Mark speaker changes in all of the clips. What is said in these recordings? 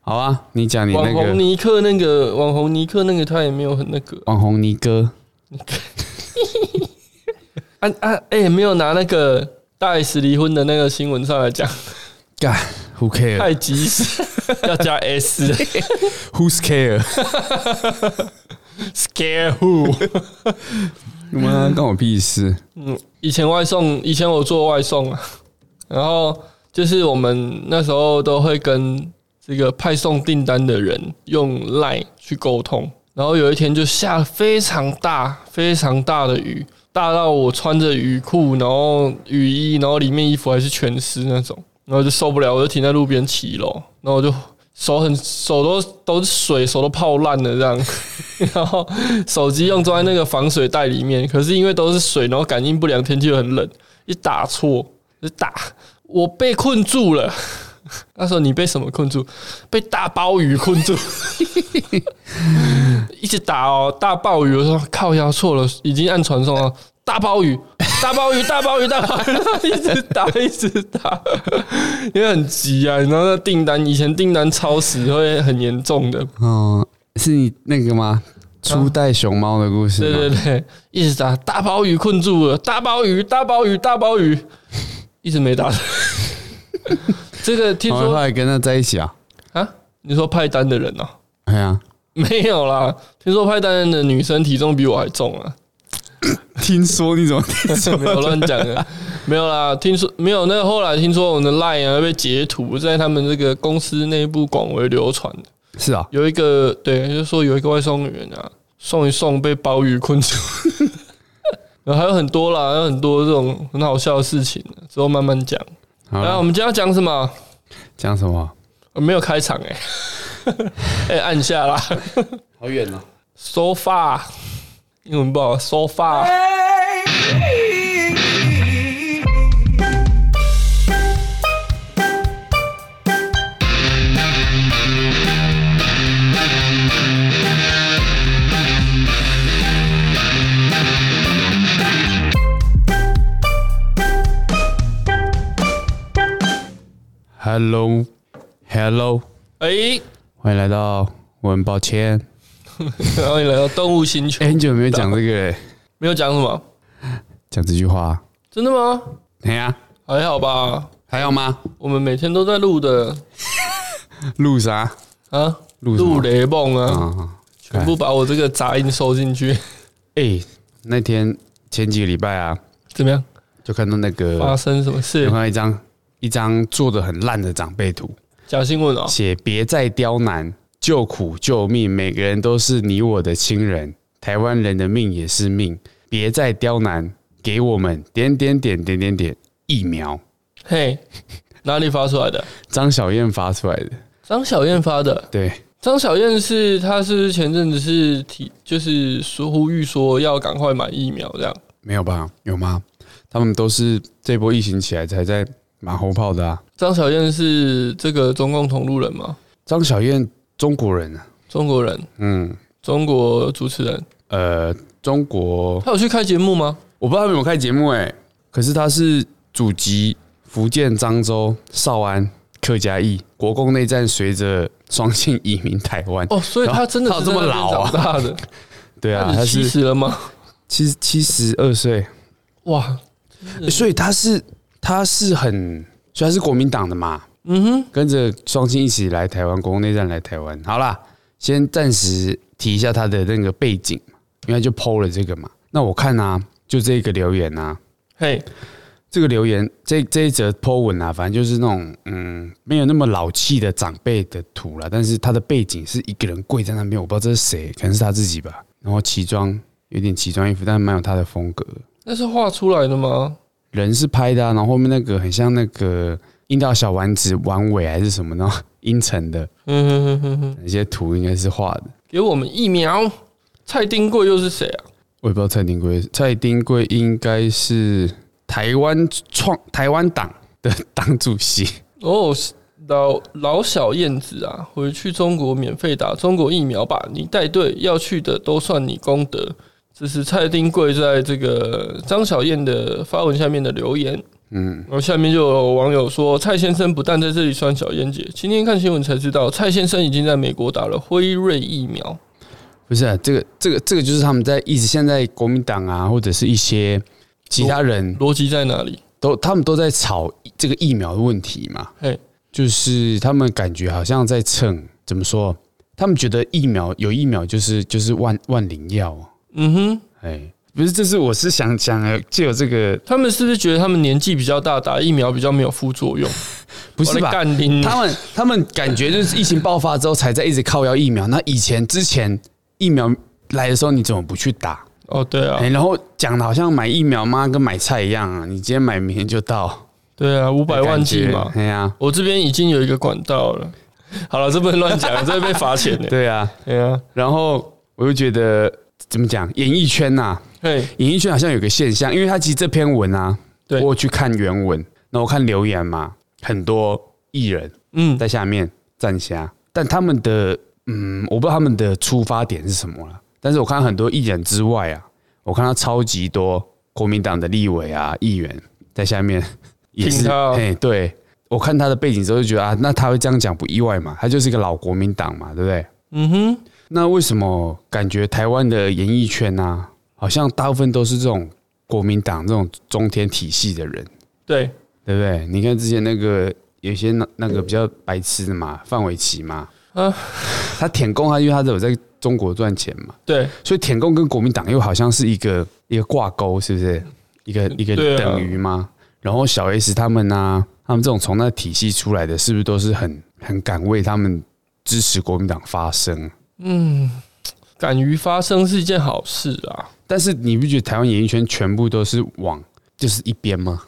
Speaker 1: 好啊，你讲你那
Speaker 2: 网红
Speaker 1: 个
Speaker 2: 尼克那个网红尼克那个他也没有很那个
Speaker 1: 网红尼哥，
Speaker 2: 啊啊哎、没有拿那个大 S 离婚的那个新闻上来讲，
Speaker 1: 干，Who
Speaker 2: 太及时， 要加 S
Speaker 1: care？Who's care？
Speaker 2: scare who？
Speaker 1: 你们关我屁事？
Speaker 2: 嗯，以前外送，以前我做外送啊， 然后就是我们那时候都会跟这个派送订单的人用 Line 去沟通，然后有一天就下非常大、非常大的雨，大到我穿着雨裤，然后雨衣，然后里面衣服还是全湿那种，然后就受不了，我就停在路边骑楼，然后我就。手很手都都是水，手都泡烂了这样， 然后 手机用装在那个防水袋里面，可是因为都是水，然后感应不良，天气又很冷，一打错就打，我被困住了。 那时候你被什么困住？被大鲍鱼困住， 一直打哦，大鲍鱼。我说靠，腰错了，已经按传送了。大鲍鱼，大鲍鱼，大鲍鱼，大鲍鱼，一 直打，一直打，因为很急啊。然后那订单以前订单超时会很严重的，
Speaker 1: 哦，是你那个吗？初代熊猫的故事吗？
Speaker 2: 啊对对对，一直打大鲍鱼困住了，大鲍鱼，大鲍鱼，大鲍鱼， 一直没打。 这个听
Speaker 1: 哦然后后
Speaker 2: 说
Speaker 1: 来跟他在一起啊？
Speaker 2: 啊，你说派单的人哦、
Speaker 1: 哎呀，
Speaker 2: 没有啦，听说派单的女生体重比我还重啊，
Speaker 1: 听说你怎么听 说
Speaker 2: 没有乱讲的，没有啦，听说没有。那个后来听说我们的 LINE 啊被截图，在他们这个公司内部广为流传。
Speaker 1: 是啊？
Speaker 2: 有一个对，就是说有一个外送员啊，送一送被鲍鱼困住， 然后还有很多啦，还有很多这种很好笑的事情，啊之后慢慢讲。
Speaker 1: 好
Speaker 2: 然后我
Speaker 1: 了，
Speaker 2: 们今天要讲什么？
Speaker 1: 讲什么？啊
Speaker 2: 呃没有开场哎、 欸，哎、按下啦
Speaker 1: 好远哦。
Speaker 2: ，so far，英文不好，so far。
Speaker 1: Hello，Hello，
Speaker 2: 哎、
Speaker 1: 欢迎来到我很抱歉，
Speaker 2: 然后你来到动物星球，
Speaker 1: 哎，很久没有讲这个了，
Speaker 2: 没有讲什么，
Speaker 1: 讲这句话，
Speaker 2: 真的吗？
Speaker 1: 哎呀，
Speaker 2: 还好吧，
Speaker 1: 还有吗？
Speaker 2: 我们每天都在录的
Speaker 1: 录啥？
Speaker 2: 啊，
Speaker 1: 录什
Speaker 2: 录
Speaker 1: 么？
Speaker 2: 雷梦啊，
Speaker 1: 啊，
Speaker 2: 全部把我这个杂音收进去，
Speaker 1: 哎，那天前几个礼拜啊，
Speaker 2: 怎么样？
Speaker 1: 就看到那
Speaker 2: 发
Speaker 1: 个
Speaker 2: 生什么
Speaker 1: 有
Speaker 2: 事
Speaker 1: 看？到一张一张做的很烂的长辈图，
Speaker 2: 假新闻哦，
Speaker 1: 写别再刁难，救苦救命，每个人都是你我的亲人，台湾人的命也是命，别再刁难，给我们点点点点点点疫苗。
Speaker 2: 嘿，哪里发出来的？
Speaker 1: 张小燕发出来的，
Speaker 2: 张小燕发的。
Speaker 1: 对，
Speaker 2: 张小燕是她是不是前阵子是提就是说呼吁说要赶快买疫苗这样？
Speaker 1: 没有吧？有吗？他们都是这波疫情起来才在马后炮的啊。
Speaker 2: 张小燕是这个中共同路人吗？
Speaker 1: 张小燕中国人啊，
Speaker 2: 中国人，
Speaker 1: 嗯，
Speaker 2: 中国主持人，
Speaker 1: 呃，中国
Speaker 2: 她有去开节目吗？
Speaker 1: 我不知道他们有没有开节目哎、可是他是祖籍福建漳州、邵安、客家裔，国共内战随着双性移民台湾。
Speaker 2: 哦，所以她真的
Speaker 1: 她
Speaker 2: 是
Speaker 1: 有这么
Speaker 2: 在那边
Speaker 1: 老啊
Speaker 2: 长大的，
Speaker 1: 对 啊，
Speaker 2: 她
Speaker 1: 他
Speaker 2: 七
Speaker 1: 是
Speaker 2: 十了吗？
Speaker 1: 七七十二岁，
Speaker 2: 哇，嗯
Speaker 1: 所以他是他是很，所以他是国民党的嘛，
Speaker 2: 嗯哼，
Speaker 1: 跟着双性一起来台湾，国共内战来台湾。好啦，先暂时提一下他的那个背景，因为他就 PO 了这个嘛。那我看啊，就这个留言啊，
Speaker 2: 嘿，
Speaker 1: 这个留言，这这一则 po 文啊，反正就是那种嗯，没有那么老气的长辈的图啦，但是他的背景是一个人跪在那边，我不知道这是谁，可能是他自己吧。然后奇装有点奇装异服，但蛮有他的风格。
Speaker 2: 那是画出来的吗？
Speaker 1: 人是拍的、啊，然后后面那个很像那个印到小丸子丸尾还是什么呢？阴沉的
Speaker 2: 嗯哼哼哼哼，
Speaker 1: 那些图应该是画的，
Speaker 2: 给我们疫苗。蔡丁贵又是谁啊？
Speaker 1: 我也不知道蔡丁贵，蔡丁贵应该是台湾创台湾党的党主席。
Speaker 2: 哦，老老小燕子啊，回去中国免费打中国疫苗吧，你带队要去的都算你功德。这是蔡丁贵在这个张小燕的发文下面的留言。嗯，然后下面就有网友说，蔡先生不但在这里酸小燕姐，今天看新闻才知道，蔡先生已经在美国打了辉瑞疫苗。
Speaker 1: 不是、啊、这个这个这个就是他们在一直现在国民党啊，或者是一些其他人
Speaker 2: 逻辑在哪里？
Speaker 1: 都他们都在吵这个疫苗的问题嘛，
Speaker 2: 嘿，
Speaker 1: 就是他们感觉好像在蹭，怎么说？他们觉得疫苗有疫苗就是就是万万灵药哦，
Speaker 2: 嗯哼，
Speaker 1: 哎，不是，这是我是想想呃借由这个，
Speaker 2: 他们是不是觉得他们年纪比较大，打疫苗比较没有副作用？
Speaker 1: 不是
Speaker 2: 我来
Speaker 1: 吧？
Speaker 2: 干你！
Speaker 1: 他们他们感觉就是疫情爆发之后才在一直靠要疫苗，那以前之前疫苗来的时候你怎么不去打？
Speaker 2: 哦，对啊
Speaker 1: 哎、，然后讲的好像买疫苗妈跟买菜一样啊，你今天买明天就到，
Speaker 2: 对啊，五百万剂
Speaker 1: 感觉
Speaker 2: 嘛，
Speaker 1: 哎呀、
Speaker 2: 我这边已经有一个管道了。好了，这不能乱讲，这会被罚钱 的。
Speaker 1: 对啊，
Speaker 2: 对啊，
Speaker 1: 然后我就觉得怎么讲，演艺圈呐、
Speaker 2: 嘿，
Speaker 1: 演艺圈好像有个现象，因为他其实这篇文啊，我
Speaker 2: 对
Speaker 1: 有去看原文，那我看留言嘛，很多艺人
Speaker 2: 嗯，
Speaker 1: 在下面站下，但他们的嗯，我不知道他们的出发点是什么了，但是我看很多艺人之外啊，我看到超级多国民党的立委啊、议员在下 面也
Speaker 2: 挺
Speaker 1: 是，
Speaker 2: 他哦
Speaker 1: 哎，对我看他的背景之后就觉得啊，那他会这样讲不意外嘛，他就是一个老国民党嘛，对不对？
Speaker 2: 嗯哼，
Speaker 1: 那为什么感觉台湾的演艺圈啊，好像大部分都是这种国民党这种中天体系的人，
Speaker 2: 对，
Speaker 1: 对不对？你看之前那个有些那那个比较白痴的嘛，范玮琪嘛，
Speaker 2: 啊
Speaker 1: 他舔共他因为他有在中国赚钱嘛，
Speaker 2: 对，
Speaker 1: 所以舔共跟国民党又好像是一个一个挂钩，是不是？一个一个
Speaker 2: 对啊
Speaker 1: 等于吗？然后小 S 他们啊，他们这种从那体系出来的，是不是都是很很敢为他们支持国民党发声？
Speaker 2: 敢于发声是一件好事啊，
Speaker 1: 但是你不觉得台湾演艺圈全部都是往就是一边吗？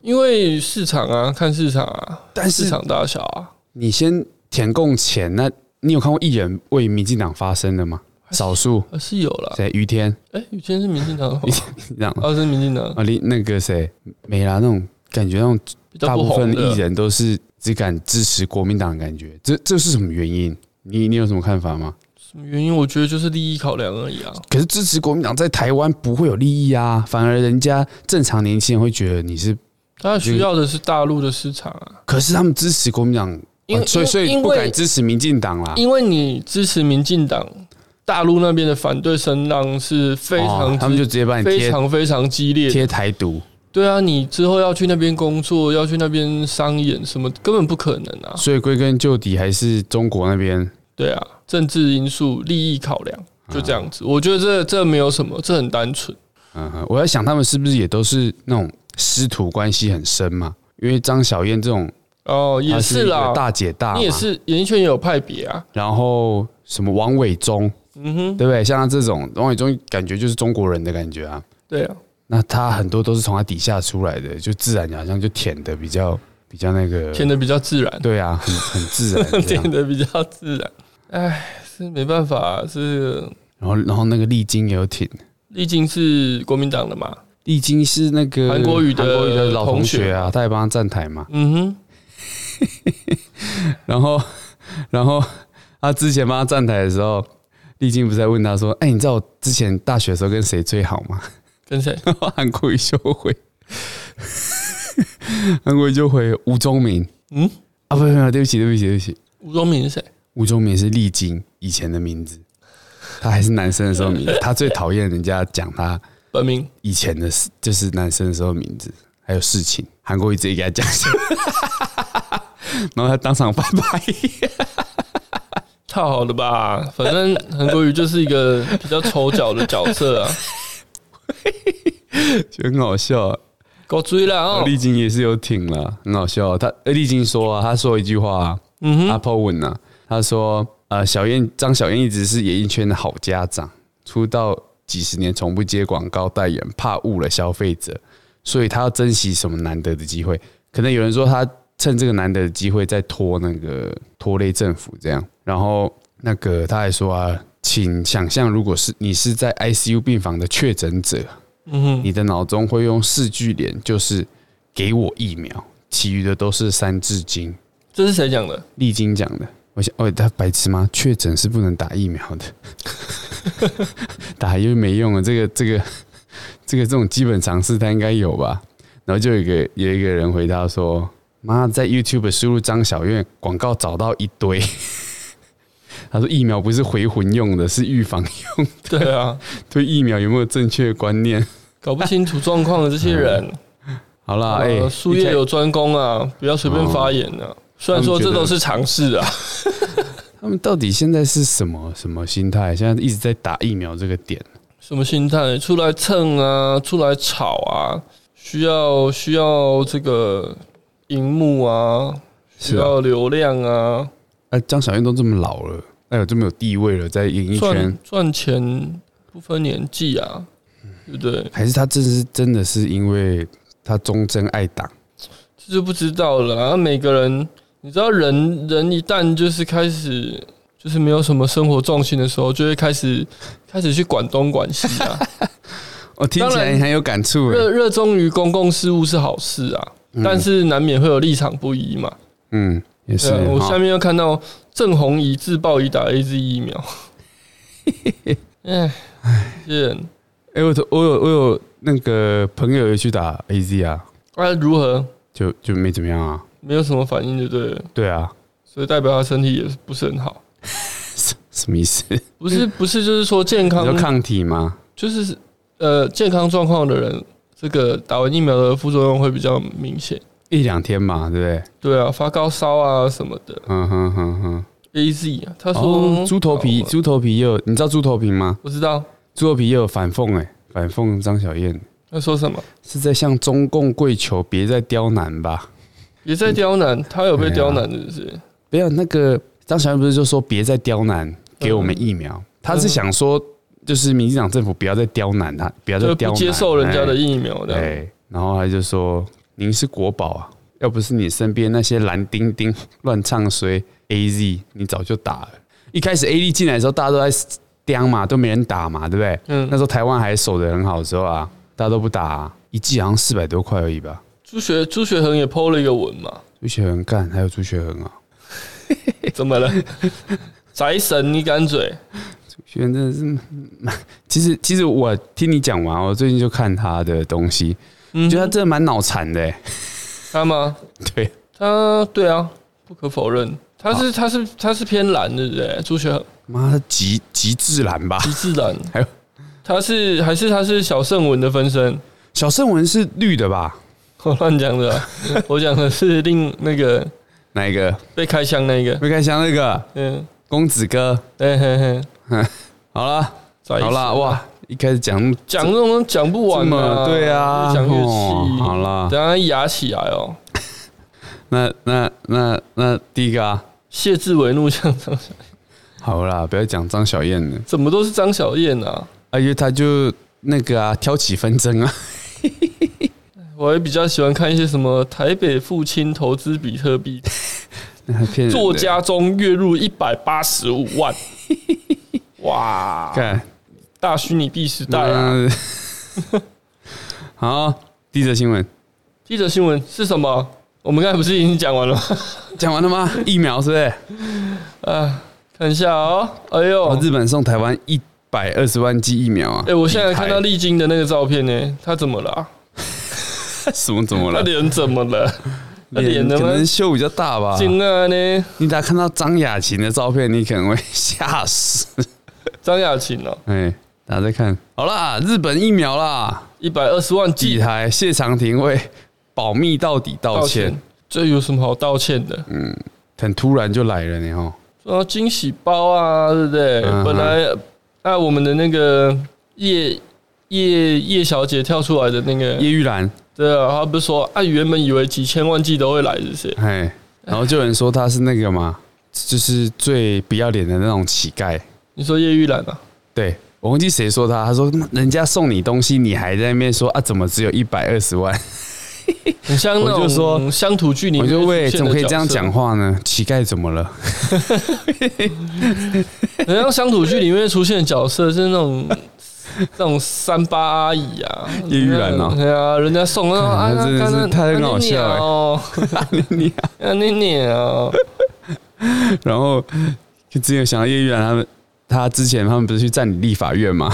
Speaker 2: 因为市场啊，看市场啊，
Speaker 1: 但
Speaker 2: 市
Speaker 1: 是
Speaker 2: 场大小啊，
Speaker 1: 你先填供前，那你有看过艺人为民进党发声的吗？少数
Speaker 2: 啊是有啦。
Speaker 1: 谁？于天
Speaker 2: 哎，以前是民进党 的话，
Speaker 1: 这样
Speaker 2: 啊是民进党
Speaker 1: 啊，你那个谁没啦？那种感觉，那种
Speaker 2: 比较
Speaker 1: 大
Speaker 2: 不
Speaker 1: 部分
Speaker 2: 红
Speaker 1: 的
Speaker 2: 的
Speaker 1: 艺。人都是只敢支持国民党，的感觉这这是什么原因？你你有什么看法吗？
Speaker 2: 什么原因？我觉得就是利益考量而已啊。
Speaker 1: 可是支持国民党在台湾不会有利益啊，反而人家正常年轻人会觉得你是，
Speaker 2: 他需要的是大陆的市场啊，
Speaker 1: 可是他们支持国民党，
Speaker 2: 因为
Speaker 1: 啊所以所以
Speaker 2: 因为
Speaker 1: 不敢支持民进党啦。
Speaker 2: 因为你支持民进党，大陆那边的反对声浪是非常
Speaker 1: 哦
Speaker 2: 之、
Speaker 1: 他们就直接把你
Speaker 2: 非
Speaker 1: 贴
Speaker 2: 常非常激烈的。
Speaker 1: 贴台独，
Speaker 2: 对啊，你之后要去那边工作，要去那边商演什么，根本不可能啊。
Speaker 1: 所以归根究底还是中国那边
Speaker 2: 对啊，政治因素、利益考量，就这样子。我觉得这这没有什么，这很单纯。
Speaker 1: 嗯哼，我在想他们是不是也都是那种师徒关系很深嘛？因为张小燕这种
Speaker 2: 哦，也
Speaker 1: 她一
Speaker 2: 是
Speaker 1: 个
Speaker 2: 啦，
Speaker 1: 大姐大嘛，
Speaker 2: 你也是演艺圈也有派别啊。
Speaker 1: 然后什么王伟忠，
Speaker 2: 嗯哼，
Speaker 1: 对不对？像他这种王伟忠，感觉就是中国人的感觉啊。
Speaker 2: 对啊，
Speaker 1: 那他很多都是从他底下出来的，就自然好像就舔的比较比较那个，
Speaker 2: 填的比较自然，
Speaker 1: 对啊，很很自然 这样
Speaker 2: 填。的比较自然。哎，是没办法、是
Speaker 1: 然后然后那个丽晶也有舔，
Speaker 2: 历经是国民党的嘛。
Speaker 1: 丽晶是那个
Speaker 2: 韩国瑜的
Speaker 1: 韩国瑜的老同
Speaker 2: 同学
Speaker 1: 学啊，他也帮他站台嘛。
Speaker 2: 嗯哼，
Speaker 1: 然后， 然后他之前帮他站台的时候，丽晶不是在问他说：“哎、你知道我之前大学的时候跟谁最好吗
Speaker 2: 跟谁？？”
Speaker 1: 韩国瑜就回，韩国瑜就回吴宗明
Speaker 2: 嗯，
Speaker 1: 啊，不不不，对不起，对不起，对不起，
Speaker 2: 吴宗明是谁？
Speaker 1: 吴宗明是丽晶以前的名字，他还是男生的时候名字，他最讨厌人家讲他
Speaker 2: 本名
Speaker 1: 以前的事，就是男生的时候名字还有事情，韩国瑜直接给他讲下来， 然后他当 场拜拜。
Speaker 2: 太好了吧？反正韩国瑜就是一个比较丑角的角色啊，
Speaker 1: 就很好笑、啊。
Speaker 2: 够追了
Speaker 1: 然后
Speaker 2: 哦。
Speaker 1: 呃丽晶也是有挺了，很好笑、他呃丽晶说啊，他说一句话、啊，
Speaker 2: 嗯哼，
Speaker 1: 阿 Po 文啊，他说呃，小燕张小燕一直是演艺圈的好家长，出道几十年从不接广告代言，怕误了消费者，所以他要珍惜什么难得的机会。可能有人说他趁这个难得的机会在拖那个拖累政府这样，然后那个他还说啊，请想象如果是你是在 ICU 病房的确诊者，
Speaker 2: 嗯哼，
Speaker 1: 你的脑中会用四句联，就是给我疫苗，其余的都是三字经。
Speaker 2: 这是谁讲的？
Speaker 1: 丽晶讲的，我想，哦，他白痴吗？确诊是不能打疫苗的， 啊打又没用了。这个这个这个这种基本常识他应该有吧？然后就有一个有一个人回答说：“妈，在 YouTube 输入张小院广告找到一堆。” 他说：“疫苗不是回魂用的，是预防用。
Speaker 2: 对啊，
Speaker 1: 对疫苗有没有正确的观念？
Speaker 2: 搞不清楚状况的这些人，
Speaker 1: 好啦， 哎、哦
Speaker 2: 呃，术
Speaker 1: 一
Speaker 2: 业
Speaker 1: 开
Speaker 2: 有专攻啊，不要随便发言啊。虽然说这都是尝试
Speaker 1: 嗯
Speaker 2: 啊，
Speaker 1: 他们到底现在是什么什么心态？现在一直在打疫苗这个点，
Speaker 2: 什么心态？出来蹭啊，出来吵啊，需要需要这个荧幕啊，需
Speaker 1: 是啊
Speaker 2: 要流量啊，
Speaker 1: 哎、张小燕都这么老了，哎呦，这么有地位了，在演艺圈
Speaker 2: 赚，赚钱不分年纪啊，对不对？
Speaker 1: 还是他这是真的是因为他忠贞爱党？
Speaker 2: 这就不知道了啊。每个人，你知道人，人一旦就是开始，就是没有什么生活重心的时候，就会开始开始去管东管西 啊。
Speaker 1: 哦，听起
Speaker 2: 当
Speaker 1: 来
Speaker 2: 然
Speaker 1: 你很有感触哎。
Speaker 2: 热热衷于公共事务是好事啊，
Speaker 1: 嗯
Speaker 2: 但是难免会有立场不一嘛。
Speaker 1: 嗯，也是
Speaker 2: 对啊，我
Speaker 1: 哈
Speaker 2: 下面又看到郑红怡自曝已打 A Z 疫苗，哎，这些人
Speaker 1: 哎、我我有我有那个朋友也去打 AZ 啊，
Speaker 2: 啊如何
Speaker 1: 就就没怎么样啊。
Speaker 2: 没有什么反应就对了，
Speaker 1: 对啊，
Speaker 2: 所以代表他身体也不是很好。
Speaker 1: 什么意思？你
Speaker 2: 不是不是，就是说健康
Speaker 1: 说抗体吗？
Speaker 2: 就是呃健康状况的人，这个打完疫苗的副作用会比较明显。
Speaker 1: 一两天嘛，对不对？
Speaker 2: 对啊，发高烧啊什么的
Speaker 1: 嗯哼哼哼。
Speaker 2: ，A Z 啊，他
Speaker 1: 哦
Speaker 2: 说，
Speaker 1: 猪头皮，
Speaker 2: 哦
Speaker 1: 猪头皮也有，你知道猪头皮吗？
Speaker 2: 我知道
Speaker 1: 猪头皮也有反讽哎、反讽张小燕
Speaker 2: 他说什么，
Speaker 1: 是在向中共跪求，别再刁难吧。
Speaker 2: 别再刁
Speaker 1: 嗯
Speaker 2: 难，他有被刁难是不是？
Speaker 1: 没有那个张小燕不是就说别再刁难，给我们疫
Speaker 2: 嗯
Speaker 1: 苗，他是想说就是民进党政府不要再刁难他，不要
Speaker 2: 就
Speaker 1: 再
Speaker 2: 是
Speaker 1: 刁
Speaker 2: 不
Speaker 1: 难，
Speaker 2: 接受人家的疫苗
Speaker 1: 对、
Speaker 2: 的。
Speaker 1: 哎然后他就说您是国宝啊，要不是你身边那些蓝丁丁乱唱衰 A Z，你早就打了。一开始 A Z 进来的时候，大家都在刁嘛，都没人打嘛，对不对？那
Speaker 2: 嗯，
Speaker 1: 时候台湾还守得很好的时候啊，大家都不打、啊，一季好像四百多块而已吧。
Speaker 2: 朱学朱学恒也 PO 了一个文 嘛，
Speaker 1: 朱雪恒干，还有朱雪恒啊，
Speaker 2: 怎么了？宅神，你敢嘴？
Speaker 1: 朱雪恒真的是嗯蛮，其实其实我听你讲完，我最近就看他的东西，
Speaker 2: 嗯，
Speaker 1: 觉得他真的蛮脑残的、欸。
Speaker 2: 他吗？
Speaker 1: 对，
Speaker 2: 他对啊，不可否认，他是他是他是偏蓝的，对不对？朱学恒
Speaker 1: 妈他极极自然吧？
Speaker 2: 极自然，
Speaker 1: 还有
Speaker 2: 他是还是他是小圣文的分身？
Speaker 1: 小圣文是绿的吧？
Speaker 2: 我乱讲的啊，我讲的是另那个
Speaker 1: 哪一个？
Speaker 2: 被开枪那个，
Speaker 1: 魏开祥那个
Speaker 2: 嗯，
Speaker 1: 公子哥，
Speaker 2: 嘿嘿嘿，
Speaker 1: 好了
Speaker 2: 宅
Speaker 1: 好了，
Speaker 2: 神
Speaker 1: 哇，一开始讲
Speaker 2: 哎讲这种东西讲不
Speaker 1: 这
Speaker 2: 完
Speaker 1: 么
Speaker 2: 啊，
Speaker 1: 对啊，
Speaker 2: 越讲越
Speaker 1: 哦
Speaker 2: 气，
Speaker 1: 好了，
Speaker 2: 等下压起来哦。
Speaker 1: 那那那那第一个啊，
Speaker 2: 谢志伟怒向张小，
Speaker 1: 好啦，不要讲张小燕了。
Speaker 2: 怎么都是张小燕啊？
Speaker 1: 啊，因为他就那个啊，挑起纷争啊，
Speaker 2: 我也比较喜欢看一些什么台北父亲投资比特币，
Speaker 1: 骗人的
Speaker 2: 作家中月入一百八十五 万，哇，
Speaker 1: 看，
Speaker 2: 大虚拟币时代啊！
Speaker 1: 那 好，第一则新闻
Speaker 2: 记者新闻是什么？我们刚才不是已经讲完了吗？
Speaker 1: 讲完了吗？疫苗是不是？
Speaker 2: 啊，看一下哦，哎呦，
Speaker 1: 哦，
Speaker 2: 哎、
Speaker 1: 日本送台湾一百二十万剂疫苗啊！
Speaker 2: 我现在看到
Speaker 1: 一
Speaker 2: 丽晶的那个照片呢，她怎么了啊、
Speaker 1: 台 什么怎么
Speaker 2: 她
Speaker 1: 了？
Speaker 2: 脸怎么了？她
Speaker 1: 脸
Speaker 2: 脸
Speaker 1: 可
Speaker 2: 怎么
Speaker 1: 能秀比较大吧。
Speaker 2: 惊啊呢？
Speaker 1: 你打看到张雅琴的照片，你可能会吓死。
Speaker 2: 张雅琴哦，
Speaker 1: 哎，大家再看好啦，日本疫苗啦，
Speaker 2: 一百二十万
Speaker 1: 几
Speaker 2: 剂
Speaker 1: 台谢长廷会保密到底道
Speaker 2: 道
Speaker 1: 歉嗯
Speaker 2: 歉，，这有什么好道歉的？
Speaker 1: 很突然就来了，你哦。
Speaker 2: 说惊喜包啊，对不对？
Speaker 1: 嗯哼
Speaker 2: 本来啊，我们的那个叶叶叶小姐跳出来的那个，
Speaker 1: 叶玉兰，
Speaker 2: 对啊，她不是说啊，原本以为几千万剂都会来，是不是？
Speaker 1: 哎，然后就有人说他是那个嘛，就是最不要脸的那种乞丐。
Speaker 2: 你说叶玉兰啊？
Speaker 1: 对我忘记谁说他，他说人家送你东西，你还在那边说啊，怎么只有一百二十万？
Speaker 2: 很像那
Speaker 1: 我
Speaker 2: 种
Speaker 1: 就说
Speaker 2: 乡土剧里
Speaker 1: 我
Speaker 2: 面
Speaker 1: 就
Speaker 2: 会
Speaker 1: 喂，
Speaker 2: 出现
Speaker 1: 怎么可以
Speaker 2: 的
Speaker 1: 这样讲
Speaker 2: 角
Speaker 1: 话呢？乞丐怎么 了？
Speaker 2: 色？很像乡土剧里面出现的角色，是那种那种三八阿姨啊，
Speaker 1: 叶玉兰啊
Speaker 2: 对啊，人家送那啊，
Speaker 1: 看他真的是
Speaker 2: 那
Speaker 1: 太很好笑欸
Speaker 2: 哦，
Speaker 1: 你
Speaker 2: 啊你你哦，
Speaker 1: 然后就之前想到叶玉兰他们，他之前他们不是去占领立法院嘛，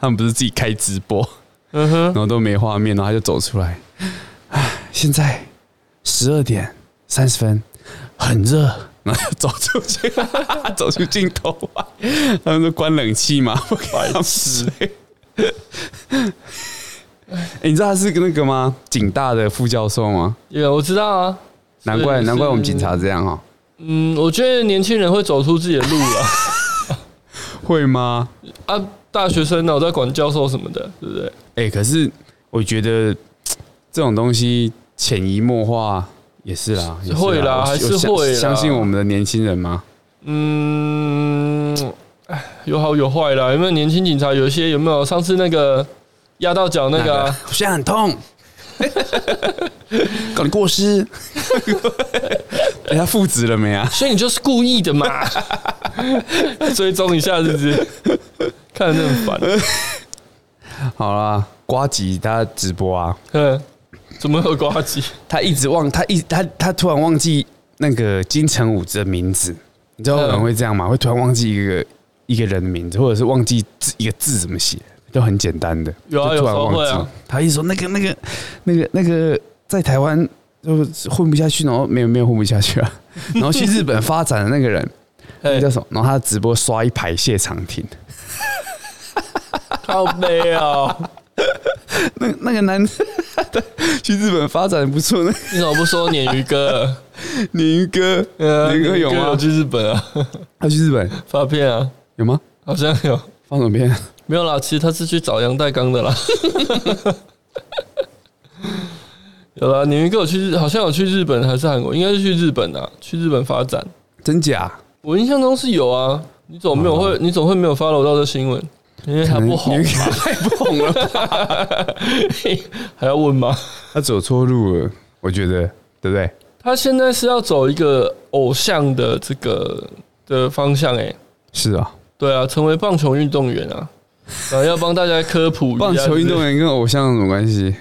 Speaker 1: 他们不是自己开直播，
Speaker 2: 嗯哼
Speaker 1: 然。后都没画面，然后他就走出来。现在十二点三十分，很热。”然后走出去， 走出镜头啊！他们说关冷气嘛，不给他们水。欸你知道他是那个吗？警大的副教授吗？
Speaker 2: 也我知道啊，
Speaker 1: 难怪
Speaker 2: 是
Speaker 1: 难怪我们警察这样哦、
Speaker 2: 嗯，我觉得年轻人会走出自己的路了
Speaker 1: 会吗？
Speaker 2: 啊，大学生呢，我在管教授什么的，对不对？
Speaker 1: 哎、可是我觉得这种东西潜移默化也是啦，也是
Speaker 2: 会啦
Speaker 1: 我
Speaker 2: 还是
Speaker 1: 我相
Speaker 2: 会啦
Speaker 1: 相信我们的年轻人吗？
Speaker 2: 嗯，哎，有好有坏啦。有没有年轻警察？有一些有没有上次那个压到脚那个、啊？
Speaker 1: 我现在很 痛，搞你过失。哎、他复职了没啊？
Speaker 2: 所以你就是故意的嘛？ 追踪一下是不是？看得很烦。
Speaker 1: 好啦，瓜吉他直播啊，
Speaker 2: 嗯，怎么会有瓜机？
Speaker 1: 他一直忘，他一他他突然忘记那个金城武的名字，你知道有人会这样
Speaker 2: 嗯
Speaker 1: 吗？会突然忘记一个一个人的名字，或者是忘记字一个字怎么写，都很简单的，
Speaker 2: 有啊
Speaker 1: 就突然忘
Speaker 2: 有时
Speaker 1: 记。
Speaker 2: 候会啊
Speaker 1: 他一直说那个那个那个那个在台湾就是混不下去，然后没有没有混不下去啊， 然后去日本发展的那个人，那
Speaker 2: 哎
Speaker 1: 个叫什么？然后他直播刷一排谢长廷，
Speaker 2: 靠背啊！
Speaker 1: 那那个男 去日本发展得不错，那个
Speaker 2: 你怎么不说鲶鱼哥？
Speaker 1: 鲶鱼哥，
Speaker 2: 呃
Speaker 1: 鲶鱼哥有
Speaker 2: 鲶鱼
Speaker 1: 吗？
Speaker 2: 去日本啊，
Speaker 1: 他去日本
Speaker 2: 发片啊，
Speaker 1: 有吗？
Speaker 2: 好像有。
Speaker 1: 放什么片？
Speaker 2: 没有啦，其实他是去找杨代刚的啦。 有啦，鲶鱼哥有去日，好像有去日本还是韩国，应该是去日本啊，去日本发展。
Speaker 1: 真假？
Speaker 2: 我印象中是有啊，你怎么没有会？你怎么会没有 follow 到这新闻？因为他不红，
Speaker 1: 太不红了，
Speaker 2: 还要问吗？
Speaker 1: 他走错路了，我觉得，对不对？
Speaker 2: 他现在是要走一个偶像的这个的方向、欸，
Speaker 1: 是啊，
Speaker 2: 对啊，成为棒球运动员啊，啊，要帮大家科普一下
Speaker 1: 棒球运动。员跟偶像有什么关系？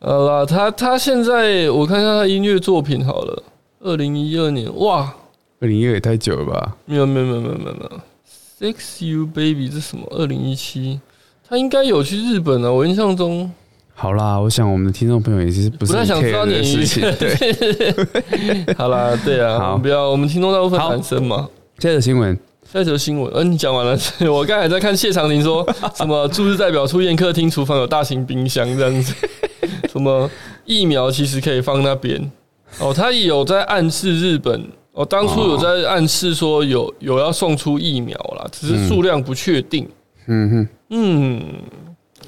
Speaker 2: 呃啦，他他现在我看一下他音乐作品好了，二零一二年，哇，
Speaker 1: 二零一二也太久了吧？
Speaker 2: 没有没有没有没有没有没有，Six You Baby 这什么？二零一七，他应该有去日本啊，我印象中
Speaker 1: 好啦，我想我们的听众朋友也是不
Speaker 2: 不
Speaker 1: 是
Speaker 2: 太
Speaker 1: 很
Speaker 2: 想知
Speaker 1: care
Speaker 2: 道
Speaker 1: 的
Speaker 2: 你
Speaker 1: 事情。 对，
Speaker 2: 好啦，对啊，
Speaker 1: 好
Speaker 2: 我们不要，我们听众大部分
Speaker 1: 好
Speaker 2: 男生嘛。
Speaker 1: 接着新闻，
Speaker 2: 下一则新闻，嗯、你讲完了。 我刚才在看谢长廷说 什么驻日代表出宴客厅厨房有大型冰箱这样子， 什么疫苗其实可以放那边。哦，他也有在暗示日本，哦，当初有在暗示说有有要送出疫苗啦，只是数量不确定。
Speaker 1: 嗯哼，
Speaker 2: 嗯，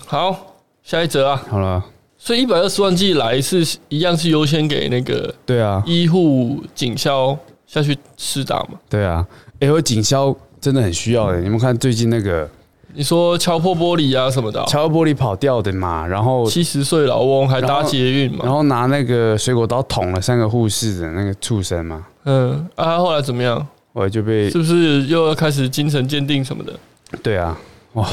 Speaker 2: 好，下一则啊，
Speaker 1: 好了，
Speaker 2: 所以一百二十万剂来是一样是优先给那个
Speaker 1: 对啊，
Speaker 2: 医护警消下去施打嘛？
Speaker 1: 对啊，哎、我警消真的很需要欸的。你们看最近那个
Speaker 2: 你说敲破玻璃啊什么的、啊，
Speaker 1: 乔玻璃跑掉的嘛，然后
Speaker 2: 七十岁老翁还搭捷运
Speaker 1: 然
Speaker 2: 嘛？
Speaker 1: 后拿那个水果刀捅了三个护士的那个畜生嘛，
Speaker 2: 嗯，啊，他后来怎么样？
Speaker 1: 后来就被
Speaker 2: 是不是又要开始精神鉴定什么的？
Speaker 1: 对啊，哇，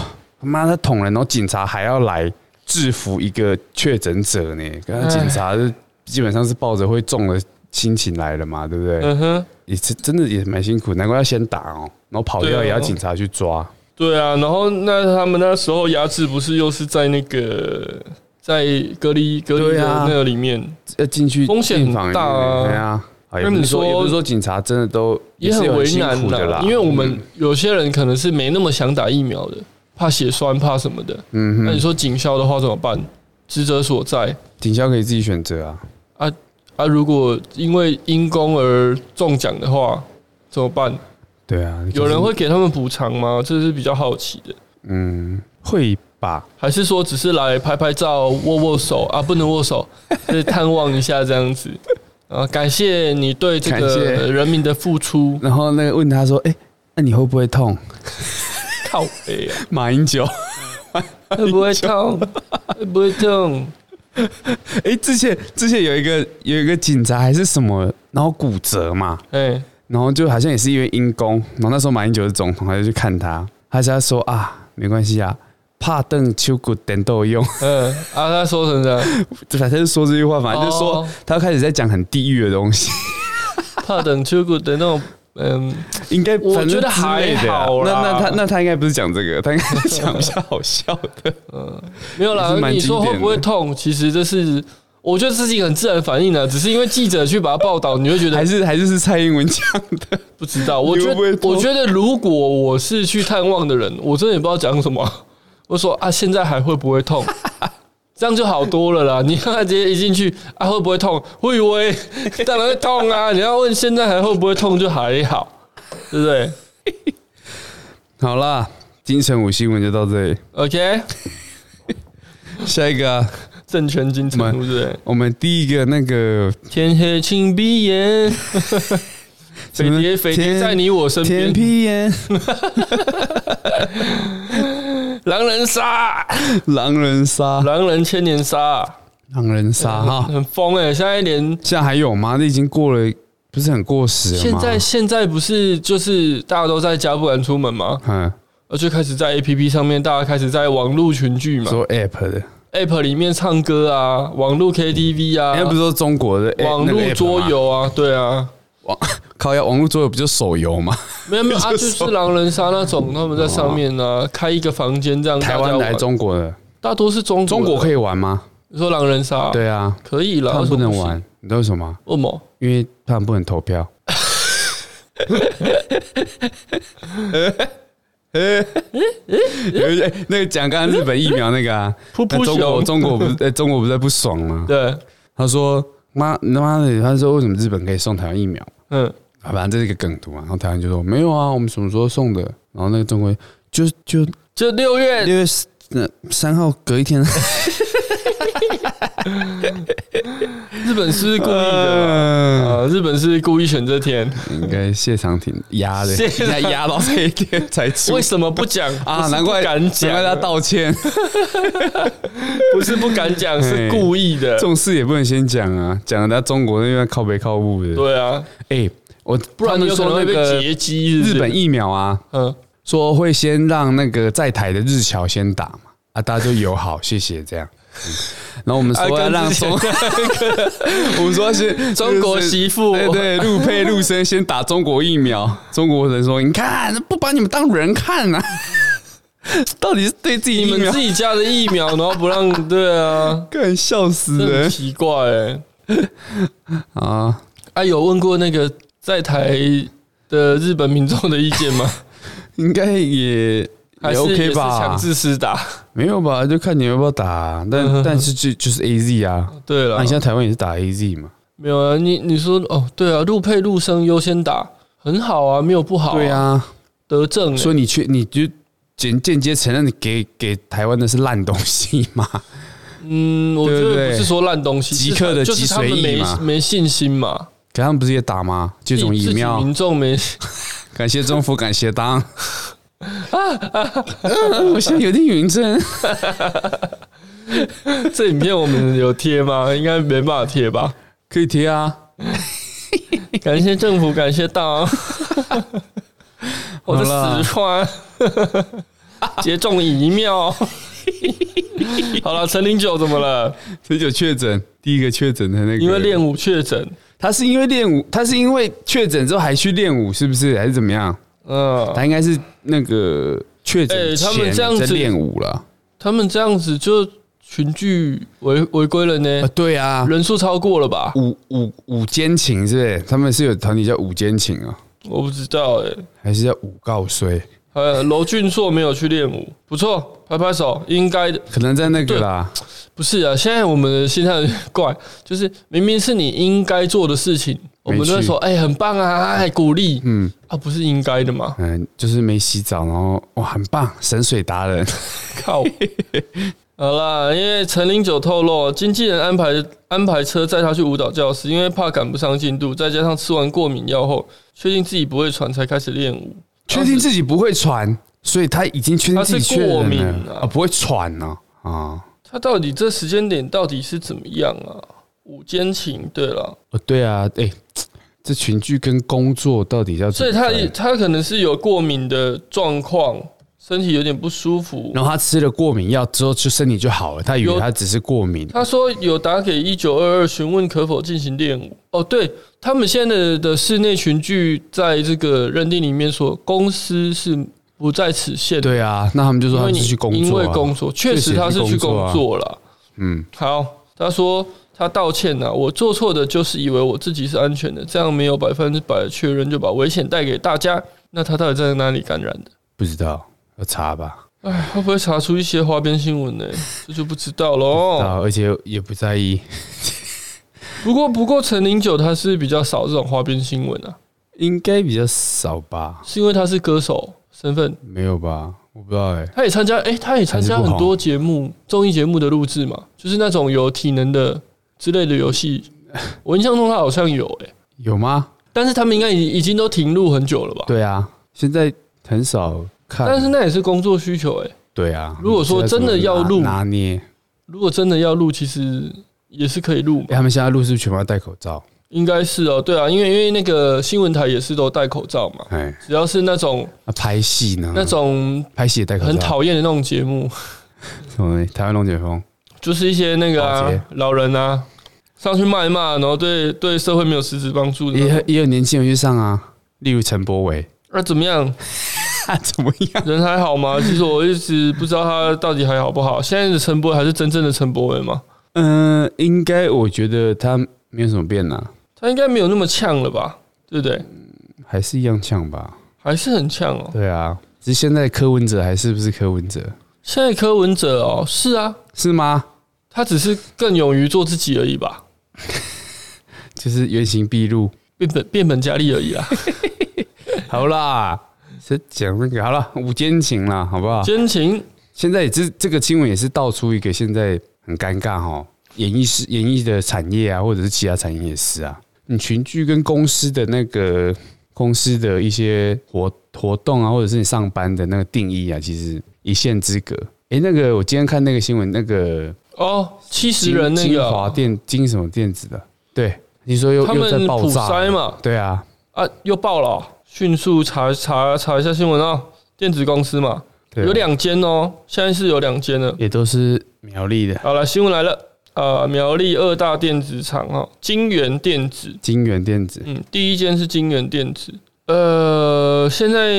Speaker 1: 他妈他捅人，然后警察还要来制服一个确诊者呢。跟他
Speaker 2: 唉
Speaker 1: 警察是基本上是抱着会中的心情来了嘛，对不对？
Speaker 2: 嗯哼，
Speaker 1: 也是真的也蛮辛苦，难怪要先打哦，然后跑
Speaker 2: 对
Speaker 1: 掉
Speaker 2: 啊
Speaker 1: 也要警察去抓。
Speaker 2: 对啊。然后那他们那时候压制不是又是在那个在隔离隔离
Speaker 1: 对
Speaker 2: 的
Speaker 1: 啊
Speaker 2: 那个里面，
Speaker 1: 要进去
Speaker 2: 风险很
Speaker 1: 病房里面
Speaker 2: 大啊
Speaker 1: 对啊。啊也
Speaker 2: 那
Speaker 1: 不
Speaker 2: 你
Speaker 1: 是说，
Speaker 2: 说
Speaker 1: 也不是说警察真的都
Speaker 2: 也
Speaker 1: 是
Speaker 2: 很
Speaker 1: 有
Speaker 2: 为
Speaker 1: 辛
Speaker 2: 难
Speaker 1: 苦的啦，嗯
Speaker 2: 因为我们有些人可能是没那么想打疫苗的，怕血栓怕什么的。
Speaker 1: 嗯
Speaker 2: 那你
Speaker 1: 哼，
Speaker 2: 说警消的话怎么办？职责所在
Speaker 1: 警校可以自己选择啊，
Speaker 2: 啊，如果因为因公而中奖的话怎么办？
Speaker 1: 对啊，
Speaker 2: 有
Speaker 1: 可
Speaker 2: 人
Speaker 1: 是
Speaker 2: 会给他们补偿吗？这是比较好奇的。
Speaker 1: 嗯会吧，
Speaker 2: 还是说只是来拍拍照、握握手啊？不能握手，就是探望一下这样子。啊，感谢你对这
Speaker 1: 感谢
Speaker 2: 个人民的付出，
Speaker 1: 然后那个问他说，哎，那你会不会痛？
Speaker 2: 靠背 啊，
Speaker 1: 马英九，
Speaker 2: 会不会痛？会 不会痛？
Speaker 1: 哎、之前之前有一个有一个警察还是什么，然后骨折嘛，
Speaker 2: 哎，
Speaker 1: 然后就好像也是因为因公，然后那时候马英九是总统，他就去看他，他是他说啊，没关系啊，怕凳秋骨等都有用，
Speaker 2: 嗯，啊，他说成这样，
Speaker 1: 反正就说这句话，反正就说、
Speaker 2: 哦
Speaker 1: 他开始在讲很地狱的东西，
Speaker 2: 怕等秋谷的那种，嗯，
Speaker 1: 应该
Speaker 2: 我
Speaker 1: 反正
Speaker 2: 觉得
Speaker 1: 之类的啊
Speaker 2: 还好
Speaker 1: 那
Speaker 2: 啦
Speaker 1: 那他那他应该不是讲这个，他应该是讲比较好笑的，
Speaker 2: 没有
Speaker 1: 也
Speaker 2: 啦
Speaker 1: 是。蛮
Speaker 2: 你说
Speaker 1: 经典
Speaker 2: 会
Speaker 1: 的
Speaker 2: 不会痛？其实这是我觉得这是一个很自然反应的、只是因为记者去把它报道，你会觉得
Speaker 1: 还是还是是蔡英文讲的，
Speaker 2: 不知道。我觉
Speaker 1: 你会不会
Speaker 2: 得，
Speaker 1: 偷
Speaker 2: 我觉得如果我是去探望的人，我真的也不知道讲什么。 我说啊，现在还会不会痛？这样就好多了啦。你看他直接一进去啊，会不会痛？会 喂，当然会痛啊。你要问现在还会不会痛就还好，对不对
Speaker 1: 好啦，金城武新闻就到这里，
Speaker 2: ？OK，
Speaker 1: 下一个啊，
Speaker 2: 政权金城武对不对？
Speaker 1: 我们第一个那个
Speaker 2: 天黑请闭眼，
Speaker 1: 什
Speaker 2: 匪
Speaker 1: 么
Speaker 2: 谍匪谍
Speaker 1: 天
Speaker 2: 在你我身
Speaker 1: 天
Speaker 2: 边，
Speaker 1: 屁眼
Speaker 2: 狼人 杀，
Speaker 1: 狼人杀，
Speaker 2: 狼人千年
Speaker 1: 啊
Speaker 2: 杀，
Speaker 1: 狼人杀哈，
Speaker 2: 很疯哎、现在连
Speaker 1: 现在还有吗？那已经过了，不是很过时了
Speaker 2: 现
Speaker 1: 吗？
Speaker 2: 在现在不是就是大家都在家不敢出门吗？
Speaker 1: 嗯，
Speaker 2: 而就开始在 A P P 上面，大家开始在网络群聚嘛
Speaker 1: 说 app 的，
Speaker 2: ，App 里面唱歌啊，网络 K T V 啊，
Speaker 1: 哎，不是说中国的哎
Speaker 2: 网
Speaker 1: 那个
Speaker 2: 络
Speaker 1: app
Speaker 2: 桌
Speaker 1: 吗
Speaker 2: 游啊，对啊，
Speaker 1: 靠要网络桌游不就手游吗？
Speaker 2: 没有没有啊，就是狼人杀那种，他们在上面啊，开一个房间这样，
Speaker 1: 哦台湾来，中国的，
Speaker 2: 大多是中
Speaker 1: 中国
Speaker 2: 国
Speaker 1: 可
Speaker 2: 以，
Speaker 1: 以玩吗？
Speaker 2: 你说狼人杀，，
Speaker 1: 对啊，
Speaker 2: 可以啦，
Speaker 1: 他
Speaker 2: 为
Speaker 1: 们
Speaker 2: 什么
Speaker 1: 不能
Speaker 2: 行，
Speaker 1: 玩，你知道为什么吗？
Speaker 2: 为什么？
Speaker 1: 因为他们不能投 票。呃呃，那个讲刚刚日本疫苗那个啊，
Speaker 2: 噗
Speaker 1: 那
Speaker 2: 噗
Speaker 1: 中国
Speaker 2: 熊，
Speaker 1: 中国不 是呃中国不是在不爽吗？
Speaker 2: 对，
Speaker 1: 他说妈你他妈的，他说为哦什么日本可以送台湾疫苗？
Speaker 2: 嗯，
Speaker 1: 啊，反正这是一个梗图嘛。然后台湾就说没有啊，我们什么时候送的？然后那个中国就就
Speaker 2: 就六月
Speaker 1: 六月四呃三号隔一天，
Speaker 2: 日本是不是故意的嘛？
Speaker 1: 嗯
Speaker 2: 啊，日本是故意选这天，
Speaker 1: 应该谢长廷压的，
Speaker 2: 谢
Speaker 1: 应该压到这一天才出
Speaker 2: 为什么不讲
Speaker 1: 啊，
Speaker 2: 不是
Speaker 1: 难怪
Speaker 2: 不敢讲，
Speaker 1: 难怪他道 歉，
Speaker 2: 不是不敢讲，是故意的
Speaker 1: 这。种事也不能先讲啊，讲了他中国那边靠北靠步的，
Speaker 2: 对啊，
Speaker 1: 哎，我
Speaker 2: 不然
Speaker 1: 他们
Speaker 2: 你有可能
Speaker 1: 说
Speaker 2: 会
Speaker 1: 那
Speaker 2: 被
Speaker 1: 个
Speaker 2: 劫机是不是
Speaker 1: 日本疫苗啊，
Speaker 2: 嗯，
Speaker 1: 说会先让那个在台的日侨先打嘛，啊，大家就友好，谢谢这样。嗯然后我们
Speaker 2: 啊
Speaker 1: 说要让中， 我们说 是
Speaker 2: 中国媳妇啊
Speaker 1: 对对，陆配陆生先打中国疫苗。中国人说：“你看，不把你们当人看啊， 到底是对自己
Speaker 2: 你
Speaker 1: 疫
Speaker 2: 们
Speaker 1: 苗
Speaker 2: 自己家的疫苗，然后不让，对啊，
Speaker 1: 干笑死
Speaker 2: 这很
Speaker 1: 人
Speaker 2: 奇怪哎。
Speaker 1: 啊！
Speaker 2: 啊，有问过那个在台的日本民众的意见吗？
Speaker 1: 应该也 也
Speaker 2: 还是也
Speaker 1: OK
Speaker 2: 是强
Speaker 1: 吧？
Speaker 2: 制施打？
Speaker 1: 没有吧？就看你要不要打啊。但但是就就是 AZ 啊，
Speaker 2: 对了
Speaker 1: 那你，现在台湾也是打 AZ 嘛？
Speaker 2: 没有啊，你你说哦，对啊，陆配陆生优先打，很好啊，没有不好。
Speaker 1: 对，啊，
Speaker 2: 德政欸
Speaker 1: 所以你去你就间间接承认你给给台湾的是烂东西嘛？
Speaker 2: 嗯，我觉
Speaker 1: 对不
Speaker 2: 得
Speaker 1: 对
Speaker 2: 不是说烂东西，
Speaker 1: 即
Speaker 2: 是
Speaker 1: 刻
Speaker 2: 他
Speaker 1: 的
Speaker 2: 就是
Speaker 1: 即
Speaker 2: 他们
Speaker 1: 随意
Speaker 2: 没
Speaker 1: 嘛
Speaker 2: 没信心嘛，
Speaker 1: 可他们不是也打吗？接种
Speaker 2: 自己
Speaker 1: 疫苗，
Speaker 2: 民众没
Speaker 1: 感谢政府，感谢党。啊我现在有点晕针。
Speaker 2: 这影片我们有贴吗？应该没办法贴 吧。
Speaker 1: 可以贴啊。
Speaker 2: 感谢政府，感 谢党。我的四川接种疫苗。好了，陈零九怎么了？
Speaker 1: 十九确诊，第一个确诊的那个，
Speaker 2: 因为练舞确诊。
Speaker 1: 他是因为练舞，他是因为确诊之后还去练舞，是不是？还是怎么样？
Speaker 2: 嗯，
Speaker 1: 他应该是那个确诊
Speaker 2: 哎他们
Speaker 1: 前
Speaker 2: 这样
Speaker 1: 在
Speaker 2: 子
Speaker 1: 练舞了。
Speaker 2: 他们这样子就群聚违违规了
Speaker 1: 啊
Speaker 2: 呢，，
Speaker 1: 对啊，
Speaker 2: 哎人数超过了吧？
Speaker 1: 舞舞舞奸情是不是？他们是有团体叫舞奸情啊，
Speaker 2: 我不知道哎、
Speaker 1: 还是叫舞告衰？
Speaker 2: 呃，娄俊硕没有去练舞，不错，拍拍手，应该的。
Speaker 1: 可能在那个啦，
Speaker 2: 不是啊，现在我们的心态有点怪，就是明明是你应该做的事情，我们都会说，哎、很棒啊，哎，鼓励，嗯，啊，不是应该 的吗？
Speaker 1: 嗯，就是没洗澡，然后哇，很棒，神水达人，
Speaker 2: 靠！好啦，因为陈零九透露，经纪人安排安排车载他去舞蹈教室，因为怕赶不上进度，再加上吃完过敏药后，确定自己不会喘，才开始练舞。
Speaker 1: 确定自己不会传，所以他已经确定自己确
Speaker 2: 他是过
Speaker 1: 诊
Speaker 2: 敏
Speaker 1: 了
Speaker 2: 啊
Speaker 1: 啊，不会喘呢啊，
Speaker 2: 他到底这时间点到底是怎么样啊？午间情，对了，
Speaker 1: 哦，对啊，哎，这群聚跟工作到底要怎
Speaker 2: 所以
Speaker 1: 么
Speaker 2: 他
Speaker 1: 分
Speaker 2: 也他可能是有过敏的状况，身体有点不舒服，
Speaker 1: 然后他吃了过敏药之后，就身体就好了，他以为
Speaker 2: 有
Speaker 1: 他只是过敏，
Speaker 2: 他说有打给一九二二询问可否进行练舞。哦，对他们现在的的室内群聚，在这个认定里面说，公司是不在此限的，
Speaker 1: 对啊，那他们就说
Speaker 2: 因
Speaker 1: 他
Speaker 2: 为
Speaker 1: 们
Speaker 2: 你
Speaker 1: 是去工啊
Speaker 2: 因
Speaker 1: 作
Speaker 2: 为
Speaker 1: 啊，
Speaker 2: 工作确实他是去工作了。
Speaker 1: 嗯，
Speaker 2: 好，他说他道歉呐、我做错的就是以为我自己是安全的，这样没有百分之百的确认就把危险带给大家。那他到底在哪里感染的？
Speaker 1: 不知道要查吧，
Speaker 2: 哎，会不会查出一些花边新 闻呢？这就不知道喽。
Speaker 1: 啊，而且也不在意，
Speaker 2: 不过，不过陈零九他是比较少这种花边新闻啊，
Speaker 1: 应该比较少吧？
Speaker 2: 是因为他是歌手身份，
Speaker 1: 没有吧？我不知道哎、
Speaker 2: 他也参加，哎、他也参加很多节目综艺节目的录制嘛，就是那种有体能的之类的游戏。我印象中他好像有哎、
Speaker 1: 有吗？
Speaker 2: 但是他们应该已已经都停录很久了吧？
Speaker 1: 对啊，现在很少看。
Speaker 2: 哦但是那也是工作需求哎、
Speaker 1: 对啊，
Speaker 2: 如果说真的要录
Speaker 1: 拿拿捏，
Speaker 2: 如果真的要录，其实也是可以录嘛
Speaker 1: 欸、他们现在录是不是全部要戴口罩？
Speaker 2: 应该是哦，对啊，因为因为那个新闻台也是都戴口罩嘛，
Speaker 1: 哎，
Speaker 2: 只要是那种
Speaker 1: 那啊拍戏呢？
Speaker 2: 那种
Speaker 1: 拍戏也戴口罩，
Speaker 2: 很讨厌的那种节目，
Speaker 1: 什么东西台湾龙卷风，
Speaker 2: 就是一些那个
Speaker 1: 保洁
Speaker 2: 啊老人啊上去骂一骂，然后对对社会没有实质帮助的那种，
Speaker 1: 也也有年轻人去上啊，例如陈柏 伟，
Speaker 2: 那、怎 么样？
Speaker 1: 他怎么样？
Speaker 2: 人还好吗？其实我一直不知道他到底还好不好。现在的陈柏还是真正的陈柏伟吗？
Speaker 1: 嗯、应该我觉得他没有什么变啊，
Speaker 2: 他应该没有那么呛了吧？对不对？
Speaker 1: 还是一样呛吧？
Speaker 2: 还是很呛哦。
Speaker 1: 对啊，只是现在柯文哲还是不是柯文哲？
Speaker 2: 现在柯文哲哦，是啊，
Speaker 1: 是吗？
Speaker 2: 他只是更勇于做自己而已吧，
Speaker 1: 就是原形毕露。
Speaker 2: 变本变本加厉 而已啦。
Speaker 1: 好啦，是讲那个好了，午间情啦，好不好？
Speaker 2: 奸情
Speaker 1: 现在也这这个新闻也是道出一个现在很尴尬哈，演艺是演艺的产业啊，或者是其他产业也是啊，你群聚跟公司的那个公司的一些活活动啊，或者是你上班的那个定义啊，其实一线之隔。诶，那个我今天看那个新闻，那个
Speaker 2: 哦，七十人那
Speaker 1: 金
Speaker 2: 个
Speaker 1: 金华
Speaker 2: 哦
Speaker 1: 电金什么电子的，对，你说又
Speaker 2: 他
Speaker 1: 又
Speaker 2: 们
Speaker 1: 在爆
Speaker 2: 普
Speaker 1: 炸
Speaker 2: 筛嘛，
Speaker 1: 对啊，
Speaker 2: 啊，又爆了哦，迅速查查查一下新闻哦。电子公司嘛，
Speaker 1: 对啊
Speaker 2: 有两间哦，现在是有两间了。
Speaker 1: 也都是苗栗的
Speaker 2: 好了，新闻来了，呃，苗栗二大电子厂哦，金源电子，
Speaker 1: 金源电子，
Speaker 2: 嗯，第一间是金源电子，呃，现在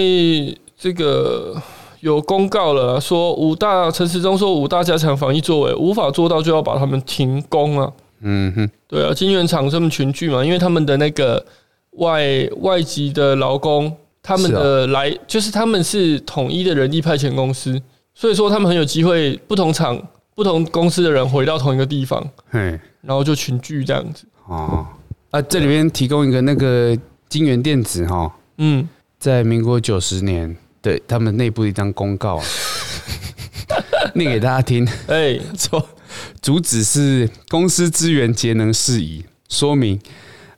Speaker 2: 这个有公告了，说五大陈时中说五大加强防疫作为无法做到，就要把他们停工啊。
Speaker 1: 嗯哼，
Speaker 2: 对啊，金源厂他们群聚嘛，因为他们的那个外外籍的劳工，他们
Speaker 1: 是啊
Speaker 2: 的来、就是他们是统一的人力派遣公司，所以说他们很有机会，不同厂、不同公司的人回到同一个地方，
Speaker 1: 嘿。
Speaker 2: 然后就群聚这样子。
Speaker 1: 哦，啊，这里边提供一个那个金源电子哈、
Speaker 2: 嗯，
Speaker 1: 在民国九十年对他们内部的一张公告、 啊，念给大家听，
Speaker 2: 哎、
Speaker 1: 说主旨是公司资源节能事宜，说明。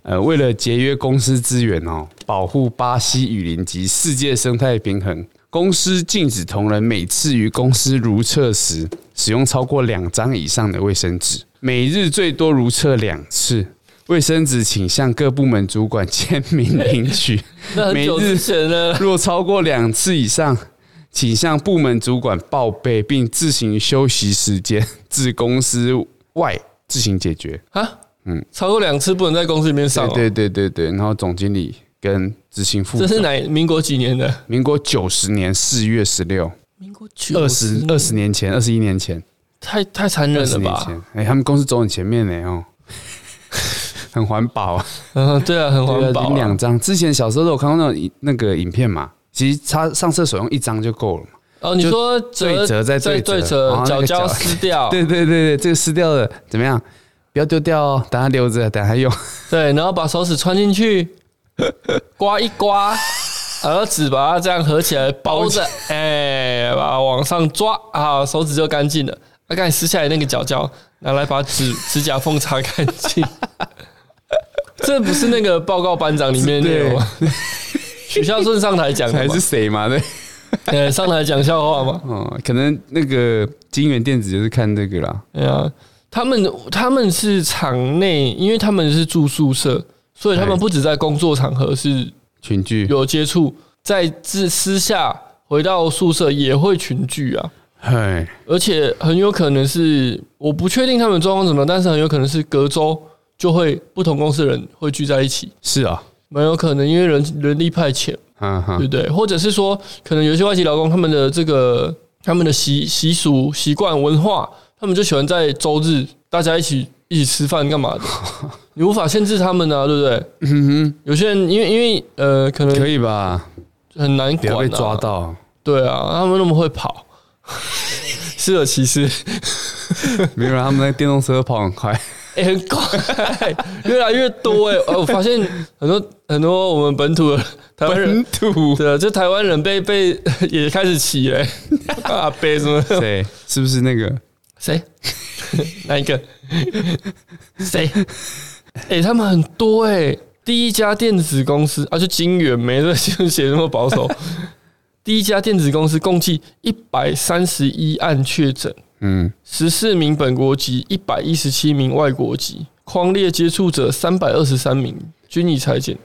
Speaker 1: 呃，为了节约公司资源哦，保护巴西雨林及世界生态平衡，公司禁止同仁每次于公司如厕时使用超过两张以上的卫生纸，每日最多如厕两次。卫生纸请向各部门主管签名领取。
Speaker 2: 那很久
Speaker 1: 每日
Speaker 2: 之 前呢？
Speaker 1: 若超过两次以上，请向部门主管报备，并自行休息时间至公司外自行解决。啊
Speaker 2: 啊，嗯，超过两次不能在公司里面上、哦，
Speaker 1: 对对对对对，然后总经理跟执行副
Speaker 2: 这是
Speaker 1: 总，
Speaker 2: 哪民国几年的？
Speaker 1: 民国九十年四月十六，
Speaker 2: 民国九
Speaker 1: 二十二十年前，二十一年前，
Speaker 2: 太太残
Speaker 1: 二
Speaker 2: 忍
Speaker 1: 十
Speaker 2: 了
Speaker 1: 年
Speaker 2: 吧？
Speaker 1: 前，哎、他们公司走很前面呢哦， 很环保啊。
Speaker 2: 嗯，对啊，很
Speaker 1: 对
Speaker 2: 环
Speaker 1: 啊
Speaker 2: 保、
Speaker 1: 领
Speaker 2: 啊
Speaker 1: 两。张，之前小时候都有看过那种影那个影片嘛，其实他上厕所用一张就够了嘛。
Speaker 2: 哦，你
Speaker 1: 就
Speaker 2: 说折
Speaker 1: 对折再
Speaker 2: 再
Speaker 1: 对折
Speaker 2: 对
Speaker 1: 然
Speaker 2: 折
Speaker 1: 后，那
Speaker 2: 角
Speaker 1: 个 角
Speaker 2: 胶撕掉，
Speaker 1: 对对对对，这个撕掉了怎么样？不要丢掉哦，等它留着，等它用。
Speaker 2: 对，然后把手指穿进去，刮一刮，然后纸把它这样合起来包着，哎，把它往上抓啊，手指就干净了。那刚才撕下来那个角胶，拿来把指指甲缝擦干净。 这不是那个报告班长里面的内容吗？ 许孝顺上台讲 的
Speaker 1: 还
Speaker 2: 吗
Speaker 1: 是？谁嘛？对，
Speaker 2: 对，上台讲笑话吗？
Speaker 1: 哦，可能那个金源电子就是看这个啦。
Speaker 2: 对啊，他们他们是场内，因为他们是住宿舍，所以他们
Speaker 1: 哎
Speaker 2: 不止在工作场合是
Speaker 1: 群聚
Speaker 2: 有接触，在自私下回到宿舍也会群聚啊，
Speaker 1: 嘿，
Speaker 2: 而且很有可能是我不确定他们状况怎么样，但是很有可能是隔周就会不同公司的人会聚在一起，
Speaker 1: 是啊、
Speaker 2: 蛮有可能因为人人力派遣，
Speaker 1: 嗯
Speaker 2: 对
Speaker 1: 哼，
Speaker 2: 不对？或者是说，可能有一些外籍劳工他们的这个他们的习习俗、习惯、文化，他们就喜欢在周日大家一起一起吃饭干嘛 的，你无法限制他们啊，对不对？
Speaker 1: 嗯
Speaker 2: 有些人因为因为呃，可
Speaker 1: 哼，可
Speaker 2: 能
Speaker 1: 以吧？
Speaker 2: 很难
Speaker 1: 不要
Speaker 2: 管、
Speaker 1: 被
Speaker 2: 啊，
Speaker 1: 抓到。
Speaker 2: 对啊，他们那么会跑， 是有其实，
Speaker 1: 没有啦，他们那电动车跑很快。
Speaker 2: 哎、很快， 越来越多哎、呃，我发现很多很多我们本土的台湾人，
Speaker 1: 土
Speaker 2: 对啊，就台湾人被被 也开始 骑哎、啊，被什么
Speaker 1: 对，是不是那个？
Speaker 2: 谁？ 哪一个？ 谁？哎、他们很多哎、第一家电子公司啊，就金源没了，就写那么保守。第一家电子公司共计一百三十一案确诊，
Speaker 1: 嗯，
Speaker 2: 十四名本国籍，一百一十七名外国籍，框列接触者三百二十三名，均已裁减。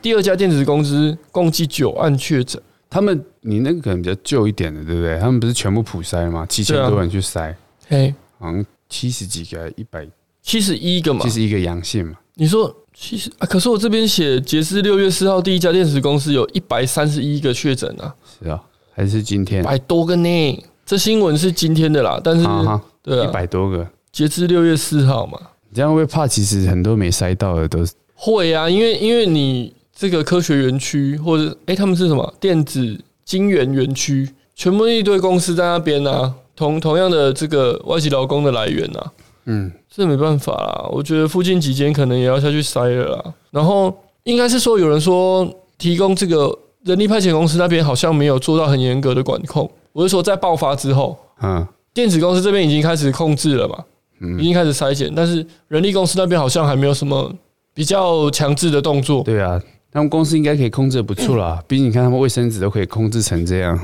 Speaker 2: 第二家电子公司共计九案确诊，
Speaker 1: 他们你那个可能比较旧一点的，对不对？他们不是全部普筛吗？七千
Speaker 2: 对啊
Speaker 1: 多人去筛，
Speaker 2: 嘿，
Speaker 1: 好像七十几个，一百
Speaker 2: 七十一个嘛
Speaker 1: 七，十一个阳性嘛。
Speaker 2: 你说其实啊，可是我这边写截至六月四号，第一家电子公司有一百三十一个确诊啊，
Speaker 1: 是啊，还是今天？
Speaker 2: 百多个呢。这新闻是今天的啦，但是
Speaker 1: 好好，
Speaker 2: 对
Speaker 1: 一
Speaker 2: 啊，
Speaker 1: 百多个。
Speaker 2: 截至六月四号嘛，
Speaker 1: 嗯你这样会不会怕？其实很多没筛到的都是
Speaker 2: 会啊，因为因为你这个科学园区或者诶，他们是什么电子晶圆园区，全部一堆公司在那边啊，同同样的这个外籍劳工的来源啊，
Speaker 1: 嗯，
Speaker 2: 这没办法啦，我觉得附近几间可能也要下去筛了啦。然后应该是说有人说提供这个人力派遣公司那边好像没有做到很严格的管控，我是说在爆发之后，
Speaker 1: 嗯
Speaker 2: 电子公司这边已经开始控制了嘛，已
Speaker 1: 嗯，
Speaker 2: 经开始筛检，但是人力公司那边好像还没有什么比较强制的动作。
Speaker 1: 对啊，他们公司应该可以控制的不错
Speaker 2: 嗯
Speaker 1: 啦。毕竟你看他们卫生纸都可以控制成这样，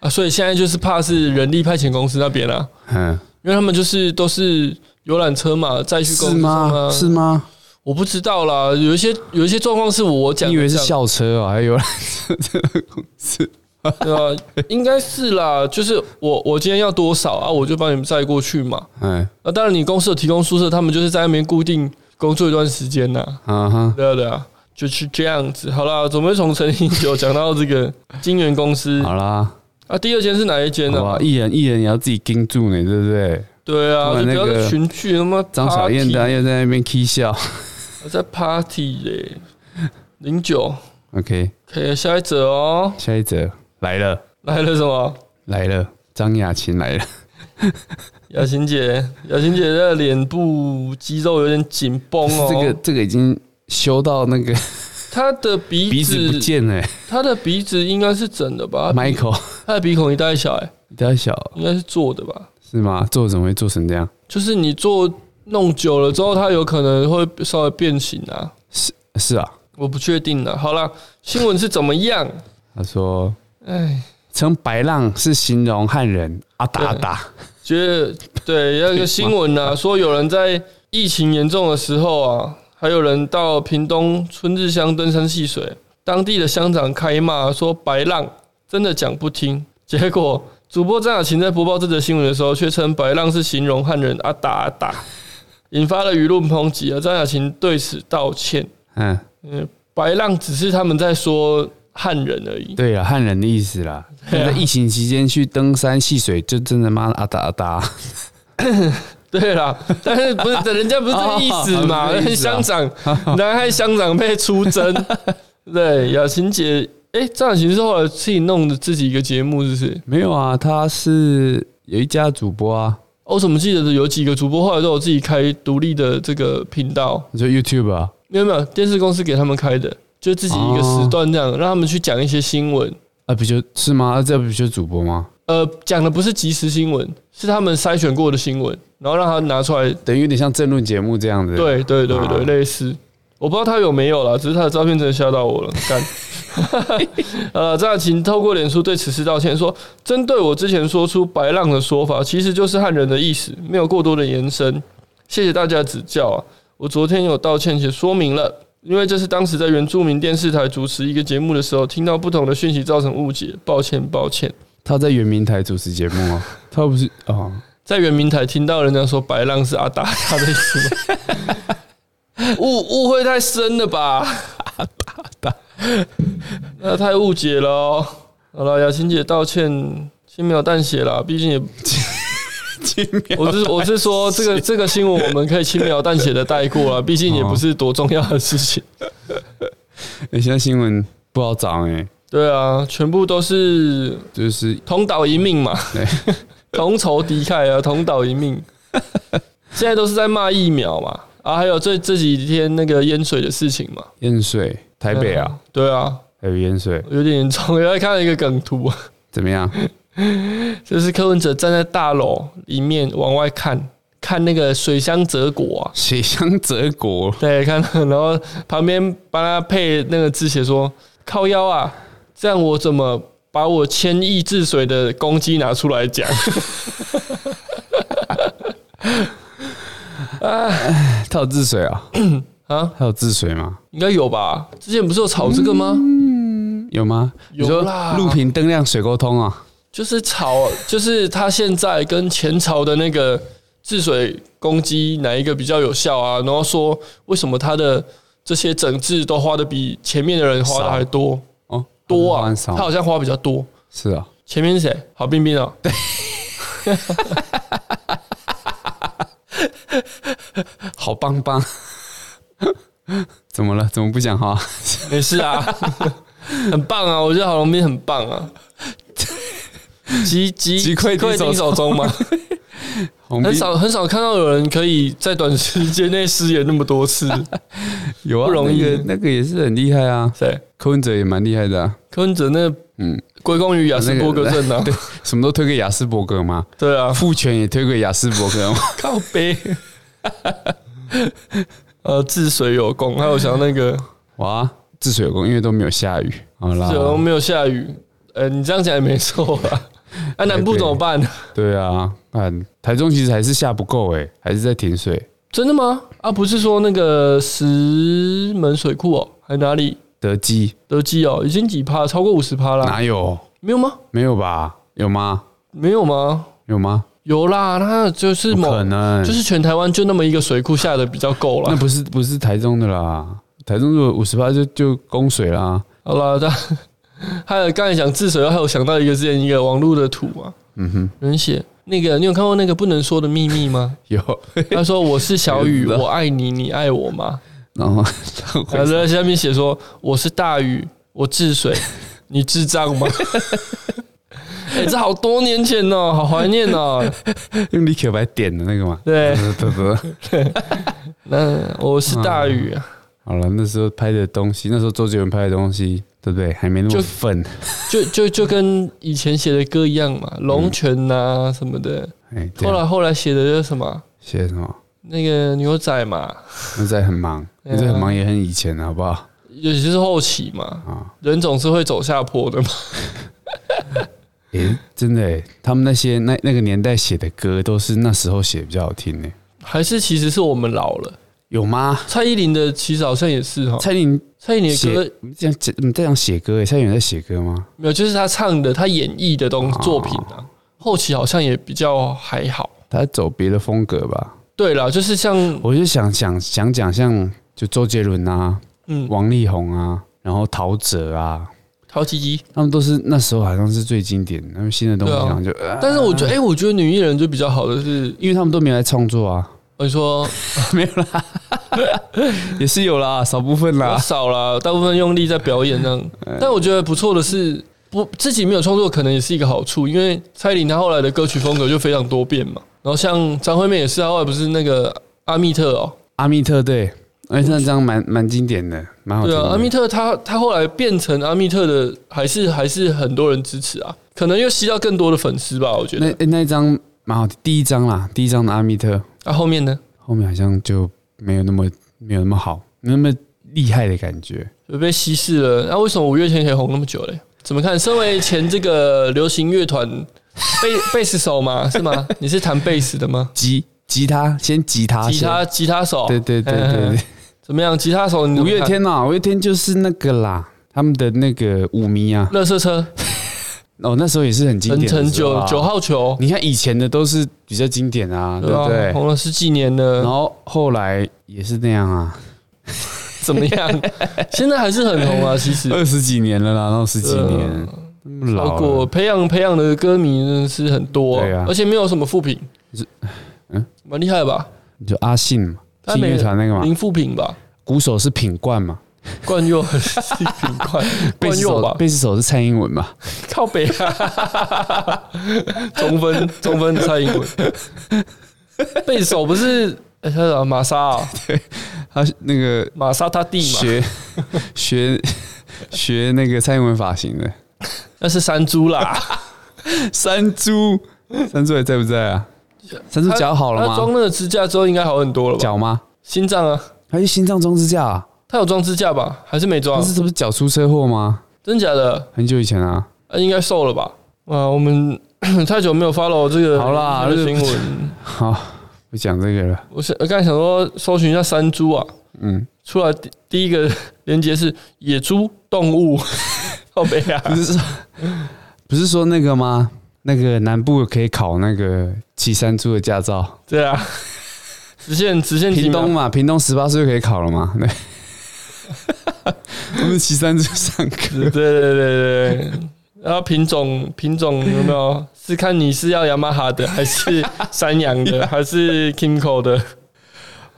Speaker 2: 啊，所以现在就是怕是人力派遣公司那边啊，
Speaker 1: 嗯，
Speaker 2: 因为他们就是都是游览车嘛，再去公
Speaker 1: 是
Speaker 2: 司上
Speaker 1: 吗？
Speaker 2: 啊，
Speaker 1: 是吗？
Speaker 2: 我不知道啦，有一些有一些状况是我讲
Speaker 1: 你
Speaker 2: 的
Speaker 1: 以为是
Speaker 2: 这样
Speaker 1: 校车啊？还有
Speaker 2: 对啊，应该是啦，就是我我今天要多少啊，我就帮你们载过去嘛。
Speaker 1: 嗯
Speaker 2: 啊，当然你公司有提供宿舍，他们就是在那边固定工作一段时间呐、
Speaker 1: 啊哈，
Speaker 2: 对啊对啊，就是这样子。好啦，怎么会从陈饮酒讲到 这个金源公司
Speaker 1: 好啦，
Speaker 2: 啊？第二间是哪一间呢、
Speaker 1: 好吧，艺人艺人也要自己盯住呢，对不对？
Speaker 2: 对啊，
Speaker 1: 突然
Speaker 2: 就不要
Speaker 1: 那个
Speaker 2: 再群聚他妈
Speaker 1: 张小燕
Speaker 2: party
Speaker 1: 大家又在那边 k 笑。
Speaker 2: 我在 party 耶、零九
Speaker 1: OK，
Speaker 2: ，OK，下一则哦，
Speaker 1: 下一则来了
Speaker 2: 来了什么？
Speaker 1: 来了，张雅琴来了，
Speaker 2: 雅 琴姐，雅琴姐的脸部肌肉有点紧绷 哦，
Speaker 1: 这个这个已经修到那个
Speaker 2: 她的鼻
Speaker 1: 鼻子不见了、
Speaker 2: 他的鼻子应该是整的吧？
Speaker 1: Michael，
Speaker 2: 他啊的鼻孔一大一小、欸，
Speaker 1: 你太小
Speaker 2: 应该是做的吧？
Speaker 1: 是吗？做怎么会做成这样？
Speaker 2: 就是你做弄久了之后，它有可能会稍微变形啊，
Speaker 1: 是啊，
Speaker 2: 我不确定了。好啦，新闻是怎么样？
Speaker 1: 他说
Speaker 2: 哎，
Speaker 1: 称白浪是形容汉人啊阿达阿达，
Speaker 2: 觉得对，有一个新闻啊，说有人在疫情严重的时候啊，还有人到屏东春日乡登山戏水，当地的乡长开骂说白浪真的讲不听，结果主播张雅琴在播报这则新闻的时候，却称白浪是形容汉人啊阿达阿达，引发了舆论抨击啊。张雅琴对此道歉，
Speaker 1: 嗯，
Speaker 2: 嗯，白浪只是他们在说汉人而已。
Speaker 1: 对了，啊汉人的意思啦。
Speaker 2: 对啊
Speaker 1: 在疫情期间去登山戏水，就真的妈的阿啊达阿达。
Speaker 2: 对啦，但是不是人家不是这个意思嘛？
Speaker 1: 哦不是这个意思啊
Speaker 2: 乡长， 南海乡长被出征，对，雅琴姐，哎、张雅琴是后来自己弄的自己一个节目，是不是？
Speaker 1: 没有啊，他是有一家主播啊，
Speaker 2: 哦我怎么记得有几个主播后来都有自己开独立的这个频道？
Speaker 1: 你说 YouTube 啊？
Speaker 2: 没有没有，电视公司给他们开的，就自己一个时段这
Speaker 1: 哦
Speaker 2: 样，让他们去讲一些新闻。
Speaker 1: 啊，不就是吗？啊这不就是主播吗？
Speaker 2: 呃，讲的不是即时新闻，是他们筛选过的新闻，然后让他拿出来
Speaker 1: 等于有点像政论节目这样子。，
Speaker 2: 对对对对，
Speaker 1: 啊
Speaker 2: 类似。我不知道他有没有啦，只是他的照片真的吓到我了。 干，呃，张雅琴透过脸书对此事道歉说，针对我之前说出“白浪”的说法，其实就是汉人的意思，没有过多的延伸。谢谢大家指教啊！我昨天有道歉且说明了，因为这是当时在原住民电视台主持一个节目的时候，听到不同的讯息造成误解，抱歉抱歉。
Speaker 1: 他在圆明台主持节目 啊，他不是哦，
Speaker 2: 在圆明台听到人家说“白浪”是阿达他的意思吗？ 误误会太深了吧？那太误解 了、哦。好了，雅琴姐道歉，轻描淡写啦，毕竟也
Speaker 1: 轻描
Speaker 2: 我是我是说，这个这个新闻我们可以轻描淡写的带过了，毕竟也不是多重要的事情。
Speaker 1: 欸现在新闻不好找哎、
Speaker 2: 对啊，全部都是
Speaker 1: 就是
Speaker 2: 同岛一命嘛
Speaker 1: 对，
Speaker 2: 同仇敌忾啊，同岛 一命。现在都是在骂疫苗嘛，啊，还有这这几天那个淹水的事情嘛，
Speaker 1: 淹水，台北啊，，
Speaker 2: 对啊，
Speaker 1: 还有淹水
Speaker 2: 有点严重。原来看了一个梗图，啊
Speaker 1: 怎么样？
Speaker 2: 就是柯文哲站在大楼里面往外看，看那个水乡泽国啊，
Speaker 1: 水乡泽国，
Speaker 2: 对，看，然后旁边帮他配那个字写说靠腰啊，这样我怎么把我千亿治水的攻击拿出来讲？
Speaker 1: 他有治水啊？
Speaker 2: 啊，
Speaker 1: 他有治水吗？
Speaker 2: 应该有吧？之前不是有炒这个吗？
Speaker 1: 有吗？
Speaker 2: 有啦
Speaker 1: 你说路平灯亮水沟通啊？
Speaker 2: 就是炒，就是他现在跟前朝的那个治水攻击哪一个比较有效啊？然后说为什么他的这些整治都花的比前面的人花的还多
Speaker 1: 哦，
Speaker 2: 多啊？
Speaker 1: 很
Speaker 2: 他
Speaker 1: 少
Speaker 2: 好像花比较多。
Speaker 1: 是啊，
Speaker 2: 前面是谁？郝冰 冰啊？
Speaker 1: 好棒棒。 怎么了？怎么不讲话？
Speaker 2: 没事啊，很棒啊！我觉得郝龙斌很棒啊，击击
Speaker 1: 击溃敌手
Speaker 2: 敌手中嘛，
Speaker 1: 红
Speaker 2: 很
Speaker 1: 兵
Speaker 2: 少很少看到有人可以在短时间内失言那么多 次。
Speaker 1: 有啊，
Speaker 2: 不容易
Speaker 1: 那个那个也是很厉害啊，
Speaker 2: 谁？
Speaker 1: 柯文哲也蛮厉害的、啊，
Speaker 2: 柯文哲那
Speaker 1: 嗯，
Speaker 2: 归功于雅斯伯格症啊，
Speaker 1: 什么都推给雅斯伯格嘛，
Speaker 2: 对啊，
Speaker 1: 父权也推给雅斯伯格嘛，
Speaker 2: 靠背。 呃，治水有功，还有想 那个
Speaker 1: 哇，治水有功，因为都没有下雨，好
Speaker 2: 治水有功
Speaker 1: 啦，
Speaker 2: 没有下雨，呃，你这样讲也没错 啊。啊，南部怎么办？
Speaker 1: 对啊，看台中其实还是下不够哎、还是在停水，
Speaker 2: 真的吗？啊，不是说那个石门水库哦，还哪里？
Speaker 1: 德基
Speaker 2: 德基哦，已经几趴，超过五十趴啦。
Speaker 1: 哪有？
Speaker 2: 没有吗？
Speaker 1: 没有吧？有吗？
Speaker 2: 没有吗？
Speaker 1: 有吗？
Speaker 2: 有啦，那就是
Speaker 1: 不
Speaker 2: 某，
Speaker 1: 可能，
Speaker 2: 就是全台湾就那么一个水库下的比较够
Speaker 1: 那
Speaker 2: 了。
Speaker 1: 不是不是台中的啦，台中如果五十八就就供水啦，
Speaker 2: 好啦，但 还有刚才讲治水，还有想到一个之前一个网络的图嘛，
Speaker 1: 嗯哼，
Speaker 2: 有人写那个，你有看过那个不能说的秘密 吗？
Speaker 1: 有，
Speaker 2: 他说我是小
Speaker 1: 我
Speaker 2: 雨，
Speaker 1: 知道
Speaker 2: 我爱你，你爱我吗？
Speaker 1: 然 后
Speaker 2: 然后在下面写说我是大雨，我治 水，你智障吗？ 哎、这好多年前哦，好怀念 哦。
Speaker 1: 用立可白点的那个嘛，
Speaker 2: 对，
Speaker 1: 对对。
Speaker 2: 那我是大雨、 啊，
Speaker 1: 好了，那时候拍的东西，那时候周杰伦拍的东西，对不对？还没那么
Speaker 2: 就
Speaker 1: 愤，
Speaker 2: 就就就跟以前写的歌一样嘛，龙泉呐、什么的。
Speaker 1: 哎，嗯对
Speaker 2: 后来后来写的就是什么
Speaker 1: 写什么？
Speaker 2: 那个牛仔嘛，
Speaker 1: 那在很忙，
Speaker 2: 对
Speaker 1: 那
Speaker 2: 啊
Speaker 1: 在很忙也很以前了，好不好？
Speaker 2: 尤其是后期嘛，
Speaker 1: 啊，
Speaker 2: 人总是会走下坡的嘛。
Speaker 1: 诶，真的诶，他们那些那那个年代写的歌，都是那时候写比较好听呢。
Speaker 2: 还是其实是我们老了。
Speaker 1: 有吗？
Speaker 2: 蔡依林的其实好像也是哈，
Speaker 1: 蔡依林
Speaker 2: 蔡依林的
Speaker 1: 写
Speaker 2: 歌
Speaker 1: 你这样讲，你在讲写歌诶，蔡依林在写歌吗？
Speaker 2: 没有，就是她唱的，她演绎的东
Speaker 1: 哦
Speaker 2: 作品啊，后期好像也比较还好。
Speaker 1: 她在走别的风格吧？
Speaker 2: 对啦，就是像
Speaker 1: 我就想想想讲，像就周杰伦啊、
Speaker 2: 嗯，
Speaker 1: 王力宏啊，然后陶喆啊，
Speaker 2: 陶吉吉，
Speaker 1: 他们都是那时候好像是最经典的，他们新的东西
Speaker 2: 对啊
Speaker 1: 好像就，呃
Speaker 2: 但是我觉得，哎、我觉得女艺人就比较好的是，
Speaker 1: 因为他们都没有来创作啊，
Speaker 2: 我说
Speaker 1: 也是有啦，少部分
Speaker 2: 比较
Speaker 1: 啦。
Speaker 2: 少啦，大部分用力在表演上。但我觉得不错的是，不自己没有创作，可能也是一个好处，因为蔡依林她后来的歌曲风格就非常多变嘛。然后像张惠妹也是，她后来不是那个阿密特哦，
Speaker 1: 阿密特对，而且那张蛮蛮经典的，蛮好听
Speaker 2: 对
Speaker 1: 哦的。
Speaker 2: 啊，阿密特她她后来变成阿密特的，还是还是很多人支持啊，可能又吸到更多的粉丝吧，我觉
Speaker 1: 那
Speaker 2: 得。
Speaker 1: 诶那一张蛮好听，第一张啦，第一张的阿密特，
Speaker 2: 那、啊后面呢，
Speaker 1: 后面好像就没有那么没有那么好，没有那么厉害的感觉。
Speaker 2: 就被稀释了。啊那、为什么五月天可以红那么久嘞？怎么看？身为前这个流行乐团贝 贝斯手嘛，是吗？你是弹贝斯的吗？
Speaker 1: 吉吉他，先吉他哎先，
Speaker 2: 吉他吉他手，
Speaker 1: 对对对对对。
Speaker 2: 怎么样？吉他手，你怎
Speaker 1: 五
Speaker 2: 么看
Speaker 1: 月天啊呐、五月天就是那个啦，他们的那个舞迷啊，
Speaker 2: 垃圾车，
Speaker 1: 哦，那时候也是很经
Speaker 2: 陈
Speaker 1: 典
Speaker 2: 晨
Speaker 1: 的时候
Speaker 2: 九
Speaker 1: 啊
Speaker 2: 九，号球，
Speaker 1: 你看以前的都是比较经典啊，对
Speaker 2: 啊
Speaker 1: 不对？
Speaker 2: 红了十几年
Speaker 1: 然
Speaker 2: 了，
Speaker 1: 后后来也是那样啊，
Speaker 2: 怎么 样？现在还是很红啊，其实。
Speaker 1: 二十几年了啦，然后十几年
Speaker 2: 呃，
Speaker 1: 那么老
Speaker 2: 包括
Speaker 1: 了，
Speaker 2: 培养培养的歌迷真的是很多，
Speaker 1: 对啊
Speaker 2: 而且没有什么负评，嗯，蛮厉害的吧？
Speaker 1: 你就阿信嘛，
Speaker 2: 他
Speaker 1: 信
Speaker 2: 没
Speaker 1: 乐团那个嘛，
Speaker 2: 林富平吧，
Speaker 1: 鼓手是品冠嘛，
Speaker 2: 冠佑还是品 冠
Speaker 1: 贝
Speaker 2: 冠
Speaker 1: 斯
Speaker 2: 佑
Speaker 1: 手
Speaker 2: 吧，
Speaker 1: 贝斯手是蔡英文嘛，
Speaker 2: 靠北啊， 中分中分蔡英文， 背手不是哎他叫什么玛莎啊，
Speaker 1: 他那个
Speaker 2: 玛莎他弟嘛，
Speaker 1: 学 学学那个蔡英文发型的
Speaker 2: 那是山猪啦，
Speaker 1: 山猪，山猪还在不在啊？山猪脚 好了
Speaker 2: 他装
Speaker 1: 吗？
Speaker 2: 那个支架之后应该好很多了吧？
Speaker 1: 脚吗？
Speaker 2: 心脏啊，
Speaker 1: 他去哎心脏装支架、啊，
Speaker 2: 他有装支架吧？还是没装
Speaker 1: 但？是这不是脚出车祸吗？
Speaker 2: 真假的？
Speaker 1: 很久以前啊，
Speaker 2: 啊应该瘦了吧？啊，我们 太久没有 follow 这个
Speaker 1: 好啦
Speaker 2: 这个
Speaker 1: 这个
Speaker 2: 新闻，
Speaker 1: 好，不讲这个了。
Speaker 2: 我是我刚才想说搜寻一下山猪啊，
Speaker 1: 嗯，
Speaker 2: 出来第第一个 连接是野猪动物， 靠北啊，
Speaker 1: 不是说不是说那个吗？那个南部可以考那个骑山猪的驾照，
Speaker 2: 对啊，直线直线几
Speaker 1: 屏
Speaker 2: 秒
Speaker 1: 东，嘛，屏东十八岁就可以考了嘛。对， 我们骑山猪上
Speaker 2: 对
Speaker 1: 课，
Speaker 2: 对对对对。然后品种品种有没有 是看你是要雅马哈的，还是山羊的，还是 Kimco 的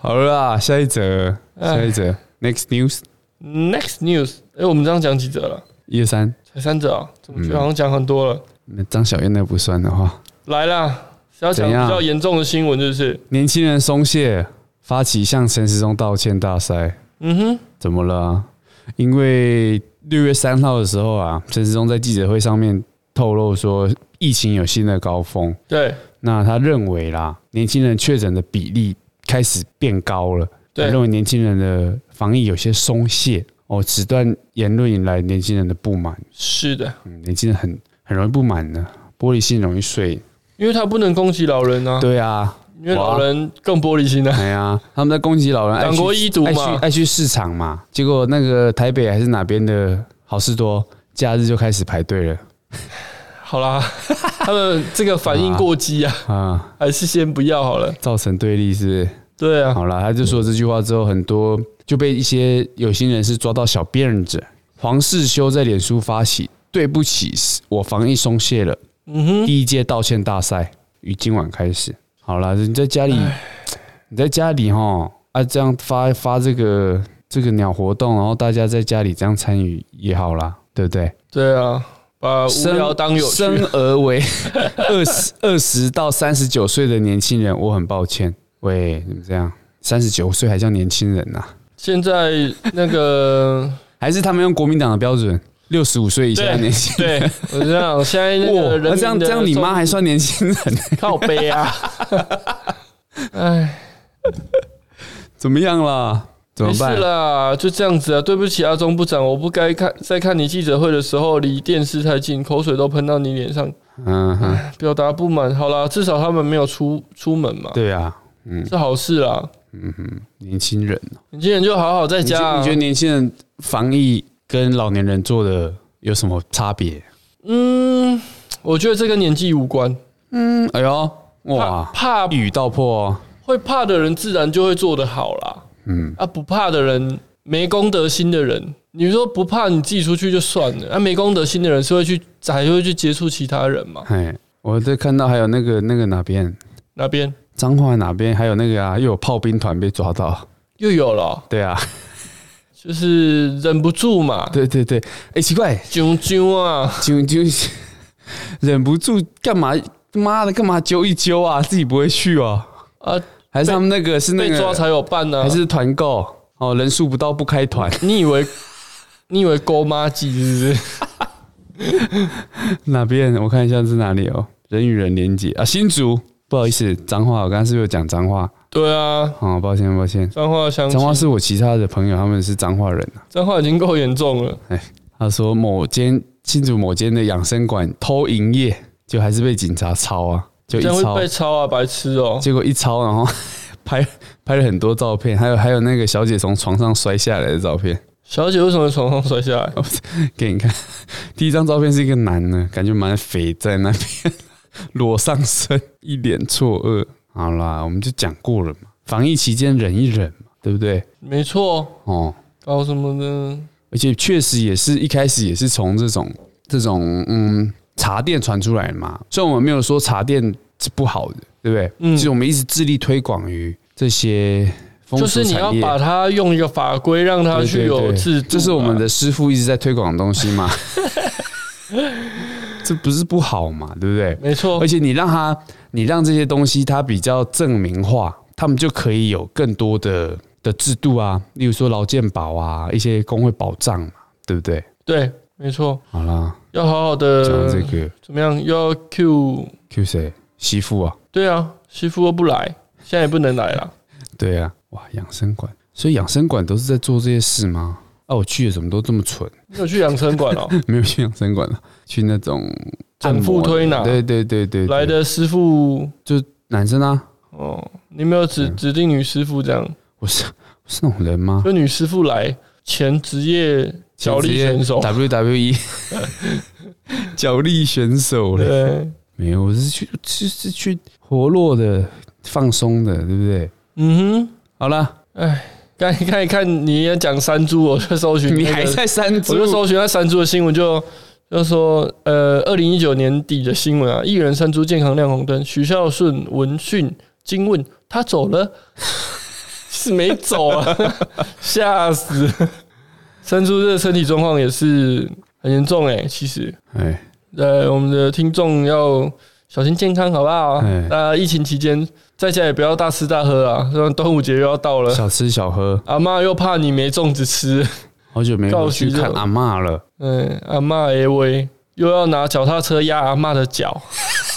Speaker 1: 好了啦，下一则，
Speaker 2: 哎
Speaker 1: 下一则，next news，
Speaker 2: ？Next news，哎、我们这样讲几折了？
Speaker 1: 一二三，
Speaker 2: 才三折啊，怎么觉
Speaker 1: 嗯
Speaker 2: 得好像讲很多了？
Speaker 1: 那张小燕那不算的话，
Speaker 2: 来啦，是要讲
Speaker 1: 怎样
Speaker 2: 比较严重的新闻，是不是？
Speaker 1: 年轻人松懈，发起向陈时中道歉大赛，
Speaker 2: 嗯哼，
Speaker 1: 怎么了啊？因为六月三号的时候啊，陈时中在记者会上面透露说，疫情有新的高峰。
Speaker 2: 对
Speaker 1: 那他认为啦，年轻人确诊的比例开始变高了，他认
Speaker 2: 对，
Speaker 1: 为年轻人的防疫有些松懈哦，此段言论引来年轻人的不满，
Speaker 2: 是的，
Speaker 1: 嗯，年轻人很很容易不满的，玻璃心容易碎，
Speaker 2: 因为他不能攻击老人啊，
Speaker 1: 对啊，
Speaker 2: 因为老人更玻璃心啊。
Speaker 1: 哎呀，他们在攻击老人，爱哎
Speaker 2: 党
Speaker 1: 去
Speaker 2: 国一毒
Speaker 1: 爱去
Speaker 2: 嘛，
Speaker 1: 爱去市场嘛，结果那个台北还是哪边的好事多，假日就开始排队了
Speaker 2: 好啦， 他们这个反应过激啊，
Speaker 1: 啊，
Speaker 2: 还是先不要好了。
Speaker 1: 造成对立是不是？
Speaker 2: 对啊，
Speaker 1: 好了，他就说这句话之后，很多就被一些有心人士抓到小辫子。黄世修在脸书发起“对不起，我防疫松懈了”
Speaker 2: 嗯哼，
Speaker 1: 第一届道歉大赛，于今晚开始。好了，你在家里，你在家里哈啊，这样发发这个这个鸟活动，然后大家在家里这样参与也好啦，对不对？
Speaker 2: 对啊，把无聊当有
Speaker 1: 生
Speaker 2: 趣。
Speaker 1: 生而为 二十二十到三十九岁的年轻人，我很抱歉。喂，你们这样三十九岁还叫年轻人呐、啊
Speaker 2: 现在 那个，
Speaker 1: 还是他们用国民党的标准，六十五岁以下的年轻
Speaker 2: 对我这样，现在那个
Speaker 1: 人。哇，
Speaker 2: 人
Speaker 1: 那这样
Speaker 2: 民的
Speaker 1: 这样，你妈还算年轻人？
Speaker 2: 靠背啊？哎，
Speaker 1: 怎么样啦？ 怎
Speaker 2: 没
Speaker 1: 么
Speaker 2: 事
Speaker 1: 办？
Speaker 2: 啦，就这样子啊。对不起啊，钟部长，我不该看在看你记者会的时候离电视太近，口水都喷到你脸上，
Speaker 1: 嗯哼，
Speaker 2: 表达不满。好啦，至少他们没有出出门嘛，
Speaker 1: 对啊，
Speaker 2: 是好事啦。
Speaker 1: 年轻人，
Speaker 2: 你今天就好好在
Speaker 1: 你觉
Speaker 2: 家、啊
Speaker 1: 得你觉得年轻人防疫跟老年人做的有什么差别？
Speaker 2: 嗯，我觉得这跟年纪无关。
Speaker 1: 嗯，哎呦，
Speaker 2: 怕
Speaker 1: 哇，
Speaker 2: 怕
Speaker 1: 一语道破哦。
Speaker 2: 会怕的人，自然就会做得好啦。
Speaker 1: 嗯，
Speaker 2: 啊，不怕的人，没公德心的人，你说不怕你自己出去就算了，啊，没公德心的人是会去，还会去接触其他人嘛？
Speaker 1: 哎，我在看到还有那个那个哪边，
Speaker 2: 那边
Speaker 1: 彰化哪边，还有那个啊，又有炮兵团被抓到。
Speaker 2: 又有了哦，
Speaker 1: 对啊，
Speaker 2: 就是忍不住嘛，
Speaker 1: 对对对，哎，奇怪，
Speaker 2: 啾啾啊，
Speaker 1: 就就 忍不住干嘛？妈的，干嘛揪一揪啊？自己不会去哦、
Speaker 2: 啊，
Speaker 1: 还是他们那个是那
Speaker 2: 被抓
Speaker 1: 个
Speaker 2: 才有办呢、
Speaker 1: 还是团购哦？人数不到不开团，
Speaker 2: 你以为你以为勾妈鸡是不是？
Speaker 1: 哪边？我看一下是哪里哦。人与人连接啊，新竹，不好意思，脏话，我刚刚是不是有讲脏话？
Speaker 2: 对啊，
Speaker 1: 哦，抱歉抱歉，
Speaker 2: 脏话相
Speaker 1: 脏话
Speaker 2: 亲，
Speaker 1: 是我其他的朋友，他们是脏话人啊。
Speaker 2: 脏话已经够严重了。
Speaker 1: 他说某间新竹某间的养生馆偷营业，就还是被警察抄啊，就一
Speaker 2: 这样
Speaker 1: 抄
Speaker 2: 会被抄啊，白痴哦、
Speaker 1: 结果一抄，然后 拍拍了很多照片，还有还有那个小姐从床上摔下来的照片
Speaker 2: 小姐为什么从床上摔下来？哦
Speaker 1: 给你看。第一张照片是一个男的，感觉蛮肥，在那边 裸上身，一脸错愕。好啦，我们就讲过了嘛，防疫期间忍一忍嘛，对不对？
Speaker 2: 没错，
Speaker 1: 哦，
Speaker 2: 搞什么呢？
Speaker 1: 而且确实也是一开始也是从这种这种嗯茶店传出来的嘛，虽然我们没有说茶店是不好的，对不对？
Speaker 2: 嗯
Speaker 1: 其实我们一直致力推广于这些风
Speaker 2: 就
Speaker 1: 俗
Speaker 2: 是你要
Speaker 1: 产业。
Speaker 2: 把它用一个法规让它
Speaker 1: 对
Speaker 2: 去
Speaker 1: 对
Speaker 2: 有
Speaker 1: 对
Speaker 2: 制度啊，
Speaker 1: 这是我们的师傅一直在推广的东西 嘛，这不是不好嘛，对不对？
Speaker 2: 没错
Speaker 1: 而，且你让他，你让这些东西它比较证明化，他们就可以有更多的的制度啊，例如说劳健保啊，一些工会保障嘛，对不对？
Speaker 2: 对，没错，
Speaker 1: 好啦，
Speaker 2: 要好好
Speaker 1: 讲
Speaker 2: 的
Speaker 1: 到这个
Speaker 2: 怎么样？又要 Q，
Speaker 1: Q 谁媳妇啊？
Speaker 2: 对啊，媳妇又不来，现在也不能来了。
Speaker 1: 对啊，哇，养生馆，所以养生馆都是在做这些事吗？啊，我去的怎么都这么蠢，
Speaker 2: 你有去养生馆哦，
Speaker 1: 没有去养生馆了，去那种按
Speaker 2: 产
Speaker 1: 摩
Speaker 2: 妇
Speaker 1: 的
Speaker 2: 推拿
Speaker 1: 对对对对，对
Speaker 2: 来的师傅
Speaker 1: 男生啊，
Speaker 2: 哦，你没有指指定女师傅这样，
Speaker 1: 我是我是那种人吗？
Speaker 2: 就女师傅来前职业角力选手，
Speaker 1: WWE 角 E 力选手嘞，
Speaker 2: 对，
Speaker 1: 没有，我是去是是去活络的、放松的，对不对？
Speaker 2: 嗯哼，
Speaker 1: 好了，
Speaker 2: 刚才看一看你也讲山猪，我就搜寻、
Speaker 1: 你还，在三
Speaker 2: 我
Speaker 1: 猪，
Speaker 2: 就搜寻那山猪的新闻就。就说，呃，二零一九年底的新闻啊，艺人山猪健康亮红灯，许孝顺闻讯惊问他走了， 是没走啊， 吓死！山猪这身体状况也是很严重哎、其实，
Speaker 1: 哎，
Speaker 2: 呃，我们的听众要小心健康，好不好？
Speaker 1: 哎
Speaker 2: 大家疫情期间在家也不要大吃大喝啊，虽然端午节又要到了，
Speaker 1: 小吃小喝，
Speaker 2: 阿妈又怕你没粽子吃，
Speaker 1: 好久没
Speaker 2: 告
Speaker 1: 有
Speaker 2: 徐
Speaker 1: 去看
Speaker 2: 州
Speaker 1: 阿嬷了，
Speaker 2: 嗯，阿妈也喂，又要拿脚踏车压阿妈的脚，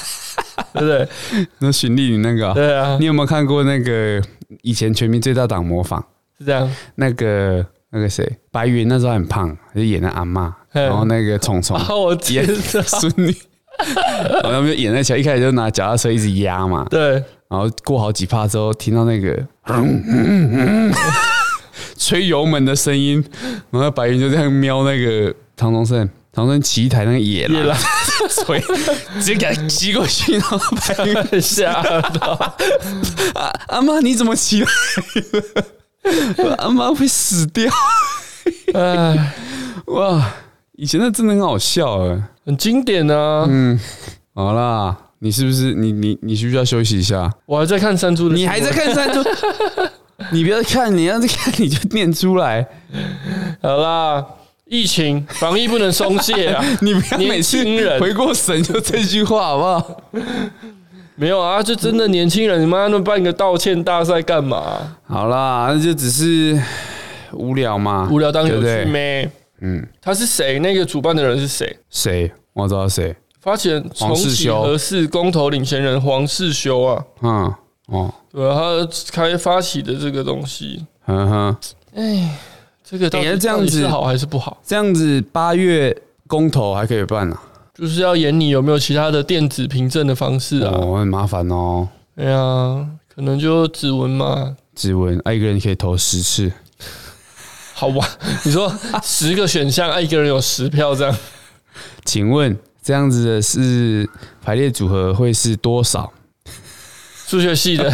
Speaker 2: 对不对？
Speaker 1: 那巡丽你那个啊、
Speaker 2: 对啊
Speaker 1: 你，有没有看过那个以前全民最大党模仿
Speaker 2: 是这样，
Speaker 1: 那个那个谁白云那时候很胖，就演那阿嬷，
Speaker 2: 嗯
Speaker 1: 然后那个虫虫
Speaker 2: 啊，我知
Speaker 1: 演
Speaker 2: 道，
Speaker 1: 孙女，然后他们就演那桥，一开始就拿脚踏车一直压嘛，
Speaker 2: 对，
Speaker 1: 然后过好几趴之后，听到那个嗯 吹油门的声音，然后白云就这样瞄那个唐宗盛，唐宗盛骑一台那个野
Speaker 2: 也
Speaker 1: 狼，
Speaker 2: 来
Speaker 1: 所以直接给他骑过去，然后白云
Speaker 2: 吓 到，
Speaker 1: 阿妈你怎么骑来了？ 阿妈会死掉
Speaker 2: 哎，
Speaker 1: 哇！以前那真的很好笑哎。
Speaker 2: 很经典啊！
Speaker 1: 嗯好啦，你是不是你你你需不需要休息一下？
Speaker 2: 我还在看山猪的，
Speaker 1: 你还在？看山猪？ 你不要看，你要是看你就念出来，
Speaker 2: 好啦，疫情防疫不能松懈 啊！
Speaker 1: 你不要每次
Speaker 2: 年轻人
Speaker 1: 回过神就这句话好不好？
Speaker 2: 没有啊，就真的年轻人，你妈那办个道歉大赛干嘛、
Speaker 1: 好啦，那就只是无聊嘛，
Speaker 2: 无聊当
Speaker 1: 对
Speaker 2: 有
Speaker 1: 不对
Speaker 2: 趣咩？嗯，他是谁？那个主办的人是谁？
Speaker 1: 谁？我知道谁，
Speaker 2: 发起人重
Speaker 1: 黄世
Speaker 2: 启
Speaker 1: 修
Speaker 2: 合适公投领衔人黄世修啊，
Speaker 1: 嗯，哦，
Speaker 2: 对啊，他开发起的这个东西，
Speaker 1: 哼哼，
Speaker 2: 哎，这个到底
Speaker 1: 哎这样子
Speaker 2: 到底是好还是不好？
Speaker 1: 这样子八月公投还可以办啊？
Speaker 2: 就是要演你有没有其他的电子凭证的方式啊？
Speaker 1: 哦，很麻烦哦。
Speaker 2: 哎呀，可能就指纹嘛，
Speaker 1: 指纹，啊，一个人可以投十次，
Speaker 2: 好吧？ 你说十个选项，啊，一个人有十票这样，
Speaker 1: 请问这样子的是排列组合会是多少？
Speaker 2: 数学系的。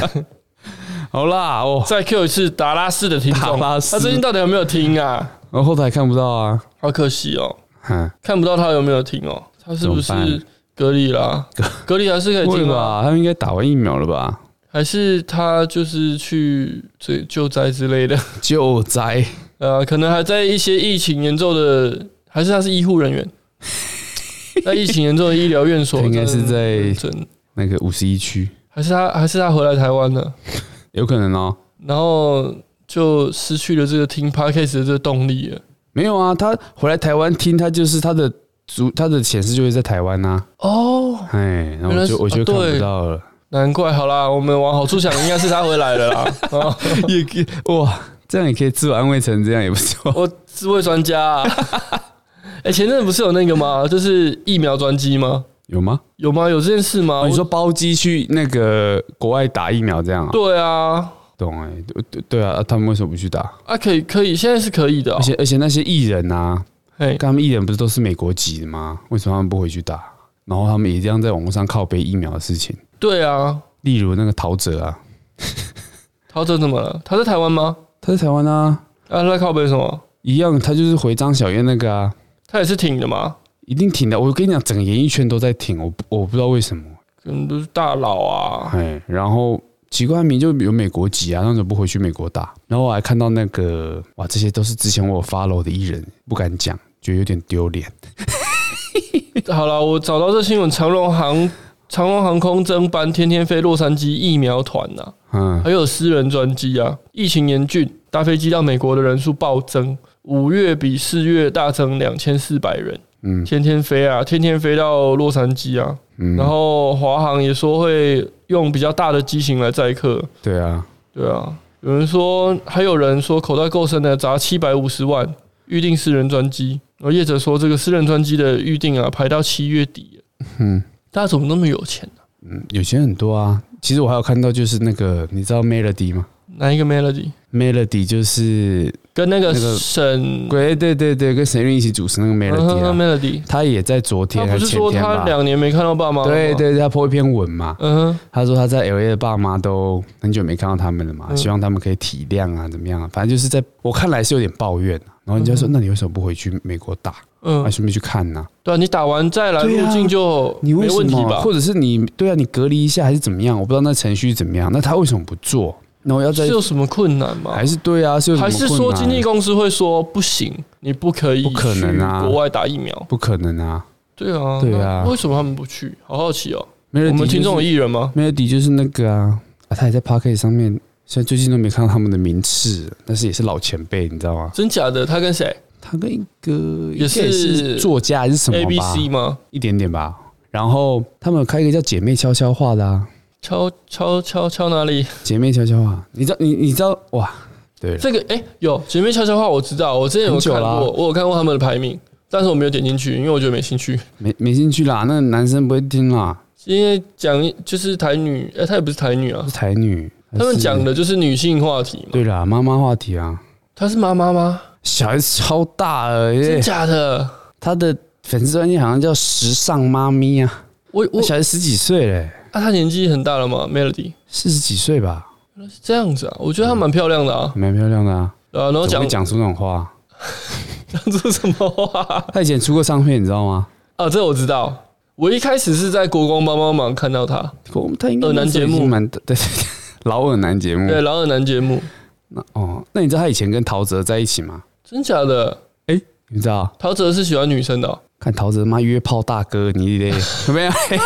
Speaker 1: 好啦，哦，
Speaker 2: 再 Q 一次达拉斯的听众，
Speaker 1: 达拉斯
Speaker 2: 他最近到底有没有听啊？
Speaker 1: 我哦后台看不到啊，
Speaker 2: 好可惜哦，
Speaker 1: 哼。
Speaker 2: 看不到他有没有听哦。他是不
Speaker 1: 怎么
Speaker 2: 是隔离啦？隔离还是可以
Speaker 1: 会
Speaker 2: 听啊？
Speaker 1: 吧？他们应该打完疫苗了吧？
Speaker 2: 还是他就是去这救灾之类的？
Speaker 1: 救灾
Speaker 2: 呃，可能还在一些疫情严重的，还是他是医护人 员，在疫情严重的医疗院所，
Speaker 1: 他应该是在
Speaker 2: 诊，
Speaker 1: 那个五十一区，
Speaker 2: 还是他还是他回来台湾了，
Speaker 1: 有可能哦。
Speaker 2: 然后就失去了这个听 podcast 的这个动力了。
Speaker 1: 没有啊，他回来台湾听，他就是他的主，他的显示就会在台湾呐、
Speaker 2: 哦，
Speaker 1: 啊。哎，然后我就我就
Speaker 2: 原来是
Speaker 1: 看
Speaker 2: 啊对
Speaker 1: 不到了。
Speaker 2: 难怪，好啦，我们往好处想，应该是他回来了啦。哦、
Speaker 1: 也可以哇，这样也可以自我安慰成这样也不错。
Speaker 2: 我是位专家、啊。哎、前阵子不是有那个吗？就是疫苗专机吗？
Speaker 1: 有吗？
Speaker 2: 有吗？有这件事吗？
Speaker 1: 哦、你说包机去那个国外打疫苗这样、啊
Speaker 2: 我？对啊，
Speaker 1: 懂哎、对对对啊，啊他们为什么不去打？
Speaker 2: 啊，可以，可以，现在是可以的、哦
Speaker 1: 而。且而且那些艺人啊，
Speaker 2: 哎，
Speaker 1: 跟他们艺人不是都是美国籍的吗？为什么他们不回去打？然后他们也这样在网络上靠背疫苗的事情。
Speaker 2: 对啊，
Speaker 1: 例如那个陶喆啊，
Speaker 2: 陶喆怎么了？他在台湾吗？
Speaker 1: 他在台湾啊，
Speaker 2: 啊，他在靠北什么？
Speaker 1: 一样，他就是回张小燕那个啊，
Speaker 2: 他也是挺的嘛。
Speaker 1: 一定挺的。我跟你讲，整个演艺圈都在挺，我不我不知道为什么。
Speaker 2: 嗯，都是大佬啊，
Speaker 1: 哎，然后奇怪名就有美国籍啊，那怎么不回去美国打？然后我还看到那个哇，这些都是之前我有 follow 的艺人，不敢讲，觉得有点丢脸。
Speaker 2: 好了，我找到这新闻，长荣航长荣航空增班天天飞洛杉矶疫苗团呐、
Speaker 1: 嗯，
Speaker 2: 还有私人专机啊。疫情严峻，搭飞机到美国的人数暴增，五月比四月大增两千四百人。
Speaker 1: 嗯
Speaker 2: 天天飞啊，天天飞到洛杉矶啊。
Speaker 1: 嗯
Speaker 2: 然后华航也说会用比较大的机型来载客，
Speaker 1: 对啊，
Speaker 2: 对啊。有人说，还有人说口袋够深的砸七百五十万预定私人专机，而业者说这个私人专机的预定啊排到七月底了，
Speaker 1: 嗯
Speaker 2: 大家怎么那么有钱啊呢、
Speaker 1: 嗯，有钱很多啊。其实我还有看到就是那个，你知道 Melody 吗
Speaker 2: 哪一个 Melody
Speaker 1: ？Melody 就是
Speaker 2: 跟那个
Speaker 1: 那个
Speaker 2: 沈
Speaker 1: 对对对对，跟沈韵一起主持那个 Melody
Speaker 2: 嗯
Speaker 1: 啊，
Speaker 2: Melody，
Speaker 1: 他也在昨
Speaker 2: 他
Speaker 1: 天还
Speaker 2: 不是
Speaker 1: 是前
Speaker 2: 说
Speaker 1: 天
Speaker 2: 他
Speaker 1: 吧？
Speaker 2: 两年没看到爸妈了吗
Speaker 1: 对，对，他 po 一篇文嘛，
Speaker 2: 嗯哼，
Speaker 1: 他说他在 L A 的爸妈都很久没看到他们了嘛，
Speaker 2: 嗯
Speaker 1: 希望他们可以体谅啊，怎么样、啊？反正就是在我看来是有点抱怨、啊、然后人家说，
Speaker 2: 嗯
Speaker 1: 那你为什么不回去美国打？那
Speaker 2: 嗯，
Speaker 1: 顺便去看呢、
Speaker 2: 对啊，你打完再来入
Speaker 1: 哎对啊
Speaker 2: 境就
Speaker 1: 你为
Speaker 2: 没
Speaker 1: 什
Speaker 2: 问题
Speaker 1: 么？
Speaker 2: 吧？
Speaker 1: 或者是你对啊，你隔离一下还是怎么样？我不知道那程序怎么样。那他为什么不做？那我要
Speaker 2: 是
Speaker 1: 在
Speaker 2: 有什么困难吗？
Speaker 1: 还是对啊？是有什么
Speaker 2: 还是
Speaker 1: 困
Speaker 2: 说
Speaker 1: 难
Speaker 2: 经纪公司会说不行，你不可以
Speaker 1: 不可能啊
Speaker 2: 去国外打疫苗？
Speaker 1: 不可能啊？
Speaker 2: 对啊，
Speaker 1: 对啊
Speaker 2: 那为什么他们不去？好好奇哦。
Speaker 1: 没
Speaker 2: 我
Speaker 1: 人
Speaker 2: 们听众有艺人吗？
Speaker 1: Melody 就是那个啊，啊他也在 p a r k e t 上面，虽然最近都没看到他们的名次，但是也是老前辈，你知道吗？
Speaker 2: 真假的？他跟谁
Speaker 1: 他跟一个
Speaker 2: 也是
Speaker 1: 应该作家还是什么
Speaker 2: ？A B
Speaker 1: 吧
Speaker 2: C 吗？
Speaker 1: 一点点吧。然后他们有开一个叫姐妹悄悄话的、啊，
Speaker 2: 敲敲敲敲哪里？
Speaker 1: 姐妹悄悄话，你知道你你知道哇？对了，
Speaker 2: 这个哎、有姐妹悄悄话，我知道，我之前有
Speaker 1: 很久
Speaker 2: 看
Speaker 1: 啦
Speaker 2: 过，我有看过他们的排名，但是我没有点进去，因为我觉得没兴趣。
Speaker 1: 没没兴趣啦，那个男生不会听啦，
Speaker 2: 因为讲就是台女，哎、她也不是台女啊
Speaker 1: 是，台女。
Speaker 2: 他们讲
Speaker 1: 的
Speaker 2: 的就是女性话题嘛。
Speaker 1: 对啦，妈妈话题啊，
Speaker 2: 她是妈妈吗？
Speaker 1: 小孩子超大了耶
Speaker 2: 真，假的？
Speaker 1: 他的粉丝专业好像叫时尚妈咪啊，
Speaker 2: 我
Speaker 1: 那
Speaker 2: 我
Speaker 1: 小孩十几岁嘞，
Speaker 2: 啊，她年纪很大了吗？Melody
Speaker 1: 四十几岁吧，
Speaker 2: 是这样子啊，我觉得她蛮漂亮的啊。
Speaker 1: 蛮漂亮的啊，
Speaker 2: 呃、然后
Speaker 1: 怎么
Speaker 2: 讲
Speaker 1: 会讲出那种话？
Speaker 2: 讲出什么话
Speaker 1: 他以前出过唱片，你知道吗？
Speaker 2: 啊？这我知道，我一开始是在国光帮帮忙看到她，
Speaker 1: 我们他应该
Speaker 2: 耳男节目
Speaker 1: 那时候已经蛮对对对，老耳男节目。
Speaker 2: 对，然后男节目，
Speaker 1: 那哦，那你知道他以前跟陶喆在一起吗？
Speaker 2: 真假的？
Speaker 1: 你知道？
Speaker 2: 陶喆是喜欢女生的哦、
Speaker 1: 看陶喆妈约炮大哥，你得有 没有？嘿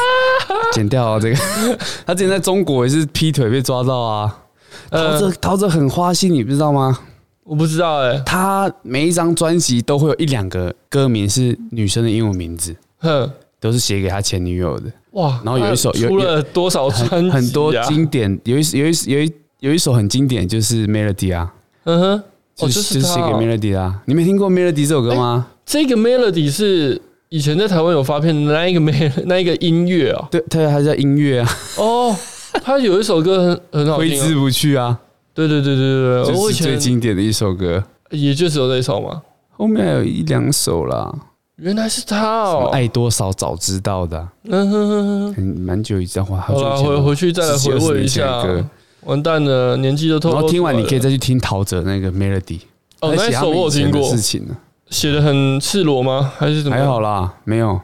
Speaker 1: 剪掉啊这个。 他之前在中国也是劈腿被抓到啊。陶喆
Speaker 2: 呃，
Speaker 1: 陶喆很花心，你不知道吗？
Speaker 2: 我不知道哎、
Speaker 1: 他每一张专辑都会有一两个歌名是女生的英文名字，
Speaker 2: 哼，
Speaker 1: 都是写给他前女友的。
Speaker 2: 哇，
Speaker 1: 然后有一首
Speaker 2: 她
Speaker 1: 有
Speaker 2: 出了多少专辑、
Speaker 1: 很
Speaker 2: 啊、
Speaker 1: 很多经典，有一有一有一有一首很经典就是 Melody 啊，
Speaker 2: 嗯哼，哦，
Speaker 1: 就
Speaker 2: 就是是
Speaker 1: 就是写
Speaker 2: 他
Speaker 1: 给
Speaker 2: 哦、
Speaker 1: Melody 的啊。你没听过 Melody 这首歌吗？
Speaker 2: 这个 melody 是以前在台湾有发片的那一个 mel 那一个音乐哦。
Speaker 1: 对，他他叫音乐 啊，
Speaker 2: 哦，他有一首歌很很好
Speaker 1: 挥
Speaker 2: 听、
Speaker 1: 之
Speaker 2: 哦。
Speaker 1: 不去啊，
Speaker 2: 对对对对对对，呃我
Speaker 1: 就
Speaker 2: 以
Speaker 1: 是最
Speaker 2: 前
Speaker 1: 经典的一首歌。
Speaker 2: 也就只有这一首嘛。
Speaker 1: 后面还有一两首啦，
Speaker 2: 原来是他
Speaker 1: 什么
Speaker 2: 哦。
Speaker 1: 爱多少早知道的啊，
Speaker 2: 嗯哼哼哼。
Speaker 1: 很蛮久以前，哇，
Speaker 2: 好
Speaker 1: 好
Speaker 2: 啦，
Speaker 1: 久以前
Speaker 2: 回
Speaker 1: 了。
Speaker 2: 回去再来回味
Speaker 1: 10-20年
Speaker 2: 一下
Speaker 1: 前的歌。
Speaker 2: 完蛋了，年纪都透
Speaker 1: 然
Speaker 2: 露出来了。
Speaker 1: 后听完，你可以再去听陶喆那个 Melody，
Speaker 2: 哦，
Speaker 1: 他
Speaker 2: 那
Speaker 1: 写
Speaker 2: 一
Speaker 1: 他
Speaker 2: 首
Speaker 1: 们
Speaker 2: 我有
Speaker 1: 以前
Speaker 2: 听
Speaker 1: 的
Speaker 2: 过
Speaker 1: 事，情呢，
Speaker 2: 写的很赤裸吗？还是怎么
Speaker 1: 还
Speaker 2: 样？哦
Speaker 1: 好啦，没有，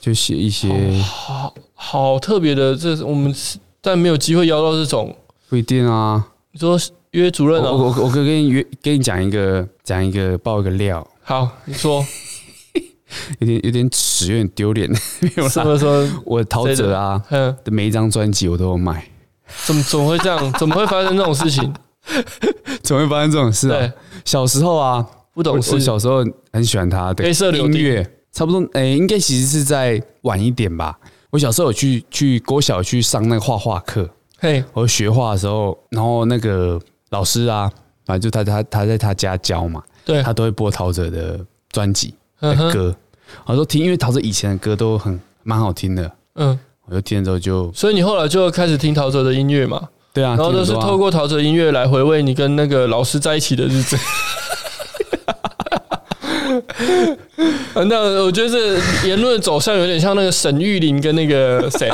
Speaker 1: 就写一些
Speaker 2: 好好特别的，这是我们是但没有机会邀到这种。
Speaker 1: 不一定啊。
Speaker 2: 你说约主
Speaker 1: 我
Speaker 2: 任
Speaker 1: 我
Speaker 2: 哦？
Speaker 1: 我我可以跟你约，跟你讲一个讲一个爆一个料，
Speaker 2: 好，你说
Speaker 1: 有点有点耻，有点丢脸， 没有
Speaker 2: 什
Speaker 1: 啦。
Speaker 2: 么说？
Speaker 1: 我陶喆啊
Speaker 2: 嗯，
Speaker 1: 的每一张专辑我都有买，
Speaker 2: 怎么怎么会这样？怎么会发生这种事情？
Speaker 1: 怎么会发生这种事啊
Speaker 2: 对？，
Speaker 1: 小时候啊，
Speaker 2: 不
Speaker 1: 我
Speaker 2: 懂事
Speaker 1: 我。小时候很喜欢他的
Speaker 2: 黑色柳
Speaker 1: 音
Speaker 2: 丁
Speaker 1: 乐，差不多，诶、应该其实是在晚一点吧。我小时候有去去国小去上那个画画课，
Speaker 2: 嘿，
Speaker 1: 我学画的时候，然后那个老师啊，反正就他他他在他家教嘛，
Speaker 2: 对，
Speaker 1: 他都会播陶喆的专辑的
Speaker 2: 嗯哼，
Speaker 1: 歌，我说听，因为陶喆以前的歌都很蛮好听的，
Speaker 2: 嗯，
Speaker 1: 我就听了之后就
Speaker 2: 所以你后来就开始听陶喆的音乐嘛，
Speaker 1: 对啊，
Speaker 2: 然后
Speaker 1: 听
Speaker 2: 都
Speaker 1: 很
Speaker 2: 是
Speaker 1: 多啊
Speaker 2: 透过陶喆音乐来回味你跟那个老师在一起的日子。 啊那我觉得这言论的走向有点像那个沈玉琳跟 那个谁，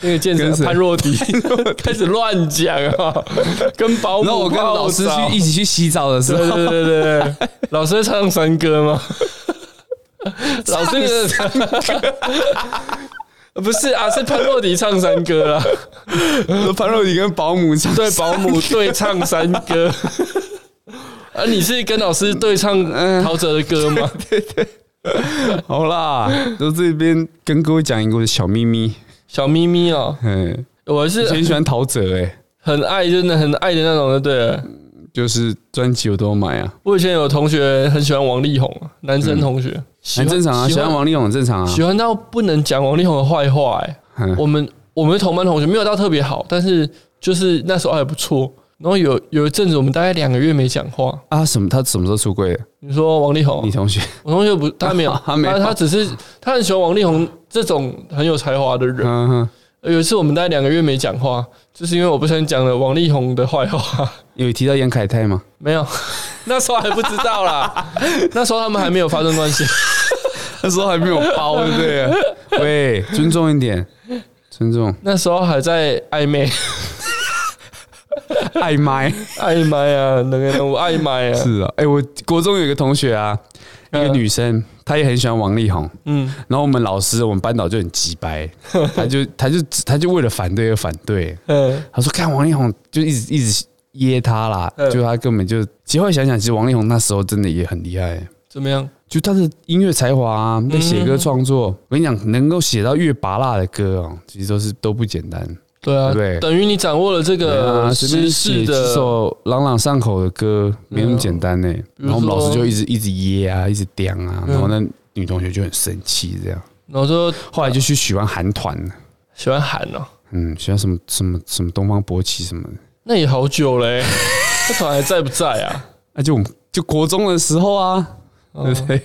Speaker 2: 那个健身
Speaker 1: 跟谁
Speaker 2: 潘 若迪开始乱讲啊，跟保姆
Speaker 1: 然后我跟
Speaker 2: 泡
Speaker 1: 老师
Speaker 2: 澡
Speaker 1: 去一起去洗澡的时
Speaker 2: 对
Speaker 1: 候，
Speaker 2: 对对对对，老师会唱山歌吗？老师老 不是啊，是潘若迪唱山歌啊，
Speaker 1: 潘若迪跟保姆唱，
Speaker 2: 对，保姆对唱山 歌。啊，你是跟老师对唱陶喆的歌吗？
Speaker 1: 哎好啦，都这边跟各位讲一个我的小秘密。
Speaker 2: 小咪咪哦，
Speaker 1: 嗯，
Speaker 2: 我是
Speaker 1: 以前很喜欢陶喆，哎，
Speaker 2: 很爱，真的很爱的那种，就对了。
Speaker 1: 就是专辑我都有买啊，
Speaker 2: 我以前有同学很喜欢王力宏啊，男生同学，喜
Speaker 1: 很
Speaker 2: 欢
Speaker 1: 正常啊，喜欢王力宏很正常啊
Speaker 2: 喜。欢到不能讲王力宏的坏话、欸。
Speaker 1: 嗯
Speaker 2: 我们我们同班同学没有到特别好，但是就是那时候还不错。然后有有一阵子，我们大概两个月没讲话。
Speaker 1: 啊，什么？他什么时候出柜的？
Speaker 2: 你说王力宏
Speaker 1: 你
Speaker 2: 啊，
Speaker 1: 同学？
Speaker 2: 我同
Speaker 1: ，
Speaker 2: 学不，他没有
Speaker 1: 他没有
Speaker 2: 他只是他很喜欢王力宏这种很有才华的人。
Speaker 1: 嗯哼，
Speaker 2: 有一次我们大概两个月没讲话，就是因为我不小心讲了王力宏的 坏话。
Speaker 1: 有提到杨凯泰吗？
Speaker 2: 没有，那时候还不知 道啦，那时候他们还没有发生关系。
Speaker 1: 那时候还没有包，对不对？ 喂，尊重一点，尊重。
Speaker 2: 那时候还在暧 昧，
Speaker 1: 爱麦
Speaker 2: 暧昧啊，那个我暧昧啊，
Speaker 1: 是啊，哎、我国中有一个同学啊，一个女生，她也很喜欢王力宏。
Speaker 2: 嗯，
Speaker 1: 然后我们老师，我们班导就很急掰， 他就他就他就为了反对而反对。
Speaker 2: 嗯，
Speaker 1: 他说：“看王力宏，就一直一直噎他啦，
Speaker 2: 嗯
Speaker 1: 就他根本就……其实后来想想，其实王力宏那时候真的也很厉害，
Speaker 2: 怎么样？
Speaker 1: 就他的音乐才华啊，在写歌创作。我跟你讲，能够写到越拔辣的歌哦，其实都是都不简单。
Speaker 2: 对啊，
Speaker 1: 对不对
Speaker 2: 等于你掌握了这
Speaker 1: 对啊，
Speaker 2: 个
Speaker 1: 随便
Speaker 2: 时
Speaker 1: 写
Speaker 2: 事
Speaker 1: 几
Speaker 2: 的，
Speaker 1: 首朗朗上口的歌，没那么简单呢。然
Speaker 2: 如
Speaker 1: 后我们
Speaker 2: 说
Speaker 1: 老师就一直一直噎啊，一直刁啊，
Speaker 2: 嗯
Speaker 1: 然后那女同学就很生气，这样。
Speaker 2: 然后说
Speaker 1: 后来就去喜欢韩团了，
Speaker 2: 喜欢喊哦，
Speaker 1: 嗯，喜欢什么什么什么东方勃起什么的。
Speaker 2: 那也好 久嘞、这团还在不在啊？
Speaker 1: 那就我们就国中的时候啊，对
Speaker 2: 哦
Speaker 1: 不对？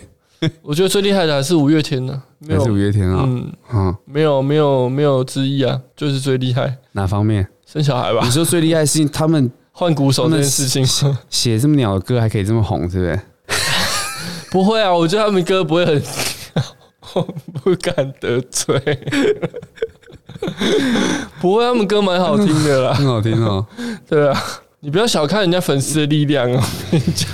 Speaker 2: 我觉得最厉害的还是五月天呢、没
Speaker 1: 还是五
Speaker 2: 有，
Speaker 1: 月天啊，
Speaker 2: 嗯，
Speaker 1: 嗯，
Speaker 2: 没有，没有，没有之一啊，就是最厉害，
Speaker 1: 哪方面？
Speaker 2: 生小孩吧
Speaker 1: 你，说最厉害的事情，他们
Speaker 2: 换鼓手这件事情，
Speaker 1: 写这么鸟的歌还可以这么红，是不是？
Speaker 2: 不会啊，我觉得他们歌不会很， 我不敢得罪， 不会，他们歌蛮好听 的啦，
Speaker 1: 很好听哦。
Speaker 2: 对啊，你不要小看人家粉丝的力量哦， 我跟你讲，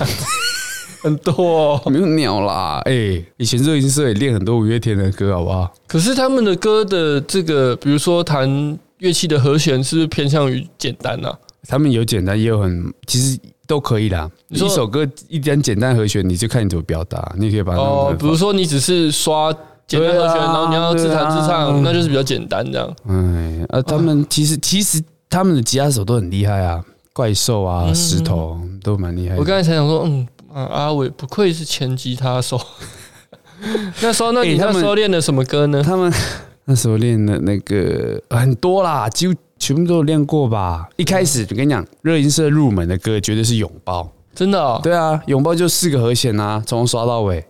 Speaker 2: 很多、哦，
Speaker 1: 没有鸟啦，哎、以前热音社也练很多五月天的歌，好不好？
Speaker 2: 可是他们的歌的这个，比如说弹乐器的和弦，是不是偏向于简单啊？
Speaker 1: 他们有简单，也有很，其实都可以啦。
Speaker 2: 你说
Speaker 1: 一首歌一点简单和弦，你就看你怎么表达，你也可以把它弄得
Speaker 2: 哦
Speaker 1: 很，
Speaker 2: 比如说你只是刷简单和弦，
Speaker 1: 啊对啊
Speaker 2: 然后你要自弹自
Speaker 1: 对啊
Speaker 2: 唱，那就是比较简单这样。
Speaker 1: 哎，呃，他
Speaker 2: 哦
Speaker 1: 们其实其实他们的吉他手都很厉害啊，怪兽啊、
Speaker 2: 嗯
Speaker 1: 石头都蛮厉害的。
Speaker 2: 我刚才才想说，嗯，啊阿伟不愧是前吉他手。 那时候，那你
Speaker 1: 欸他
Speaker 2: 那
Speaker 1: 们
Speaker 2: 时候练的什么歌呢？
Speaker 1: 他们 那时候练的那个很多啦，几乎全部都有练过吧。一开始我跟你讲，热音社入门的歌绝对是拥抱，
Speaker 2: 真的哦，
Speaker 1: 对啊，拥抱就四个和弦啊，从头刷到尾，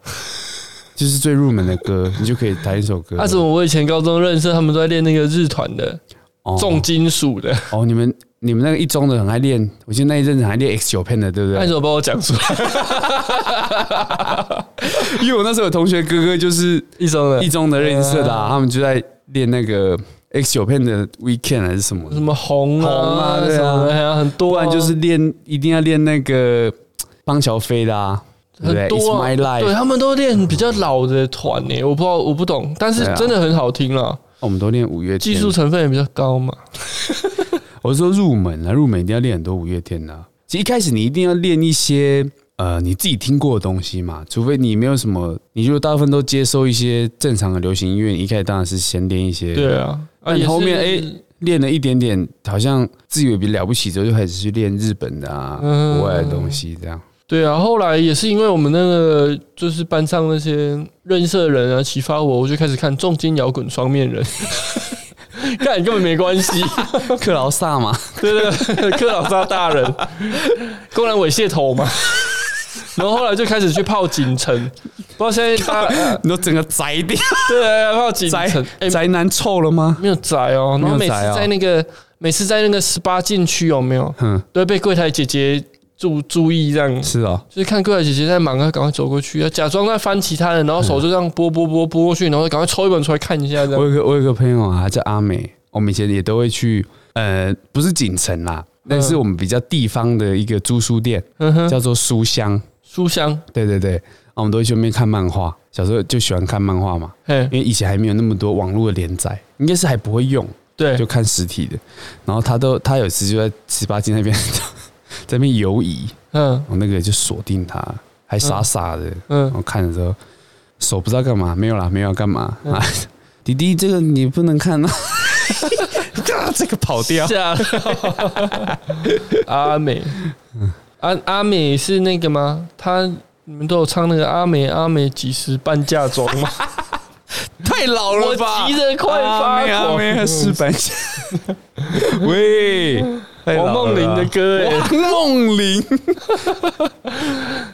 Speaker 1: 就是最入门的 歌，你就可以弹一首歌。
Speaker 2: 啊那怎么我以前高中认识他们都在练那个日团的
Speaker 1: 哦
Speaker 2: 重金属的，
Speaker 1: 哦，你们你们那个一中的很爱练，我记得那一阵子还练 X 九 pen 的，对不
Speaker 2: 那
Speaker 1: 对？
Speaker 2: 你怎么帮我讲出来？
Speaker 1: 因为我那时候有同学哥哥就是
Speaker 2: 一中的
Speaker 1: 一中的热音社的、啊，他们就在练那个 X 九 pen 的 Weekend 还是什么的
Speaker 2: 什么红
Speaker 1: 红
Speaker 2: 啊
Speaker 1: 啊对啊
Speaker 2: 什么的，还有很多
Speaker 1: 不
Speaker 2: 啊，
Speaker 1: 然就是练一定要练那个邦乔飞的啊，对不对
Speaker 2: 很多啊、
Speaker 1: ？It's my
Speaker 2: 对
Speaker 1: life，哦
Speaker 2: 他们都练比较老的团呢、我不知道，我不懂，但是
Speaker 1: 对啊
Speaker 2: 真的很好听啦，
Speaker 1: 我们都练五月天。啊
Speaker 2: 技术，成分也比较高嘛。
Speaker 1: 我是说入门啊，入门一定要练很多五月天的啊。其实一开始你一定要练一些呃你自己听过的东西嘛，除非你没有什么，你如果大部分都接收一些正常的流行音乐，你一开始当然是先练一些，
Speaker 2: 对啊，啊
Speaker 1: 那你
Speaker 2: 也是
Speaker 1: 后面哎练了一点点，好像自以为比了不起之后，就开始去练日本的啊、
Speaker 2: 嗯
Speaker 1: 国外的东西这样。
Speaker 2: 对啊，后来也是因为我们那个就是班上那些认识的人啊，启发我，我就开始看重金摇滚双面 人。看你根本没关系，
Speaker 1: 克劳萨嘛，
Speaker 2: 对对对，克劳萨大人，公然猥亵头嘛。然后后来就开始去泡锦城，不知道现在 大家
Speaker 1: 你都整个宅 掉，
Speaker 2: 对啊泡锦
Speaker 1: 宅
Speaker 2: 城，哎、
Speaker 1: 宅男臭了吗？
Speaker 2: 没有宅哦，然后每次在那个、每次在那个十八禁区有没有
Speaker 1: 哼、
Speaker 2: 都会被柜台姐姐注注意这样，
Speaker 1: 是哦，
Speaker 2: 就是看柜台姐姐在忙，要赶快走过去，要假装在翻其他人，然后手就这样拨拨拨拨过去，然后赶快抽一本出来看一下这
Speaker 1: 我
Speaker 2: 样。
Speaker 1: 有个我有个朋友啊，他叫阿美，我们以前也都会去，呃，不是锦城啦，那是我们比较地方的一个租书店，
Speaker 2: 嗯哼，
Speaker 1: 叫做书香。
Speaker 2: 书香
Speaker 1: 对对对，然我们都会去那边看漫画。小时候就喜欢看漫画嘛，
Speaker 2: 嘿，
Speaker 1: 因为以前还没有那么多网络的连载，应该是还不会用，
Speaker 2: 对
Speaker 1: 就，看实体的。然后他都他有一次就在十八街那边 在那边游移，
Speaker 2: 嗯
Speaker 1: 我那个就锁定他，还傻傻的，然
Speaker 2: 嗯，
Speaker 1: 后看的时候手不知道干嘛，没有啦，没有要干嘛
Speaker 2: 嗯
Speaker 1: 啊。 弟弟，这个你不能看 啊！啊这个跑掉，
Speaker 2: 吓到阿美，
Speaker 1: 嗯
Speaker 2: 阿阿美是那个吗？他你们都有唱那个阿美阿美几时半嫁妆吗？
Speaker 1: 太老
Speaker 2: 我急着快发
Speaker 1: 啊
Speaker 2: 狂，
Speaker 1: 没啊，石板 喂，
Speaker 2: 王梦玲的嗯歌哎、
Speaker 1: 王梦玲，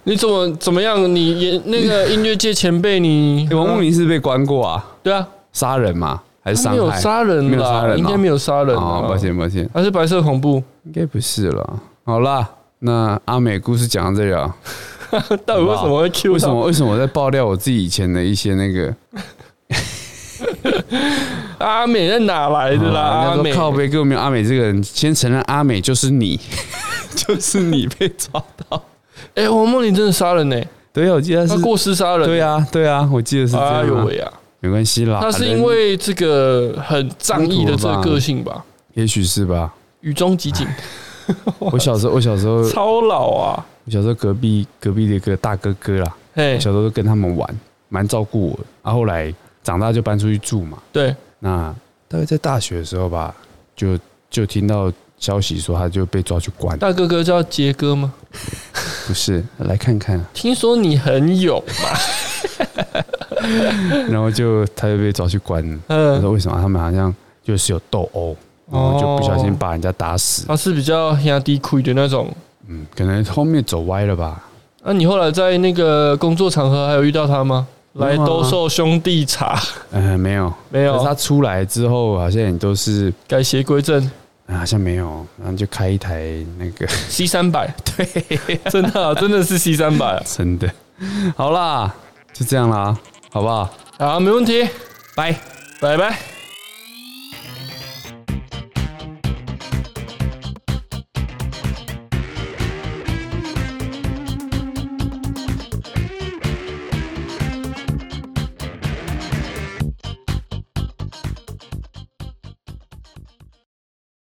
Speaker 2: 你怎么怎么样？你也那个音乐界前辈，你
Speaker 1: 欸王梦玲是被关过啊，
Speaker 2: 对啊，
Speaker 1: 杀人嘛，还是
Speaker 2: 他
Speaker 1: 伤
Speaker 2: 没有
Speaker 1: 害？
Speaker 2: 杀人
Speaker 1: 没有杀
Speaker 2: 啦，
Speaker 1: 人啊
Speaker 2: 应该没有杀人
Speaker 1: 哦，
Speaker 2: 啊，
Speaker 1: 抱歉抱歉，
Speaker 2: 他是白色恐怖，
Speaker 1: 应该不是了。好啦，那阿美故事讲到这里啊，
Speaker 2: 到底 为什么会 Q？
Speaker 1: 为什么为什么我在爆料我自己以前的一些那个
Speaker 2: 阿美那哪来哎的啦？
Speaker 1: 啊
Speaker 2: 阿
Speaker 1: 人家
Speaker 2: 美
Speaker 1: 说靠背根本没有阿美这个人，先承认阿美就是 你，就是你被抓到。
Speaker 2: 哎、王梦玲真的杀人呢、
Speaker 1: 对啊，我记得他
Speaker 2: 她
Speaker 1: 是，
Speaker 2: 过失杀人。
Speaker 1: 对啊，对啊，我记得是这
Speaker 2: 哎
Speaker 1: 样
Speaker 2: 呦
Speaker 1: 啊。
Speaker 2: 喂啊！
Speaker 1: 没关系啦，
Speaker 2: 他是
Speaker 1: 人
Speaker 2: 因为这个很仗义的这个个性吧，
Speaker 1: 也许是吧。
Speaker 2: 雨中集景，
Speaker 1: 我小时候，我小时候，我
Speaker 2: 超老啊！
Speaker 1: 小时候隔壁隔壁的一个大哥哥啦，
Speaker 2: 嘿
Speaker 1: 我，小时候都跟他们玩，蛮照顾我的。啊，后来长大就搬出去住嘛。
Speaker 2: 对，
Speaker 1: 那大概在大学的时候吧，就就听到消息说他就被抓去关，
Speaker 2: 大哥哥叫杰哥吗？
Speaker 1: 不是来看看啊，
Speaker 2: 听说你很勇，
Speaker 1: 然后就他就被抓去关了。我
Speaker 2: 嗯，
Speaker 1: 说为什么他们好像就是有斗殴，然后就不小心把人家打死？
Speaker 2: 哦他是比较压低亏的那种。
Speaker 1: 嗯，可能后面走歪了吧？
Speaker 2: 那、你后来在那个工作场合还有遇到他吗？
Speaker 1: 没有啊
Speaker 2: 来兜售兄弟茶，
Speaker 1: 嗯，没有，
Speaker 2: 没
Speaker 1: 可是他
Speaker 2: 有，
Speaker 1: 出来之后好像也都是。
Speaker 2: 改邪归正
Speaker 1: 啊好像没有，然后就开一台那个
Speaker 2: ，C 三百，对，真的啊、真的是 C 三百啊
Speaker 1: 真的，好啦，就这样啦，好不好？
Speaker 2: 啊，好没问题，
Speaker 1: 拜。
Speaker 2: 拜拜。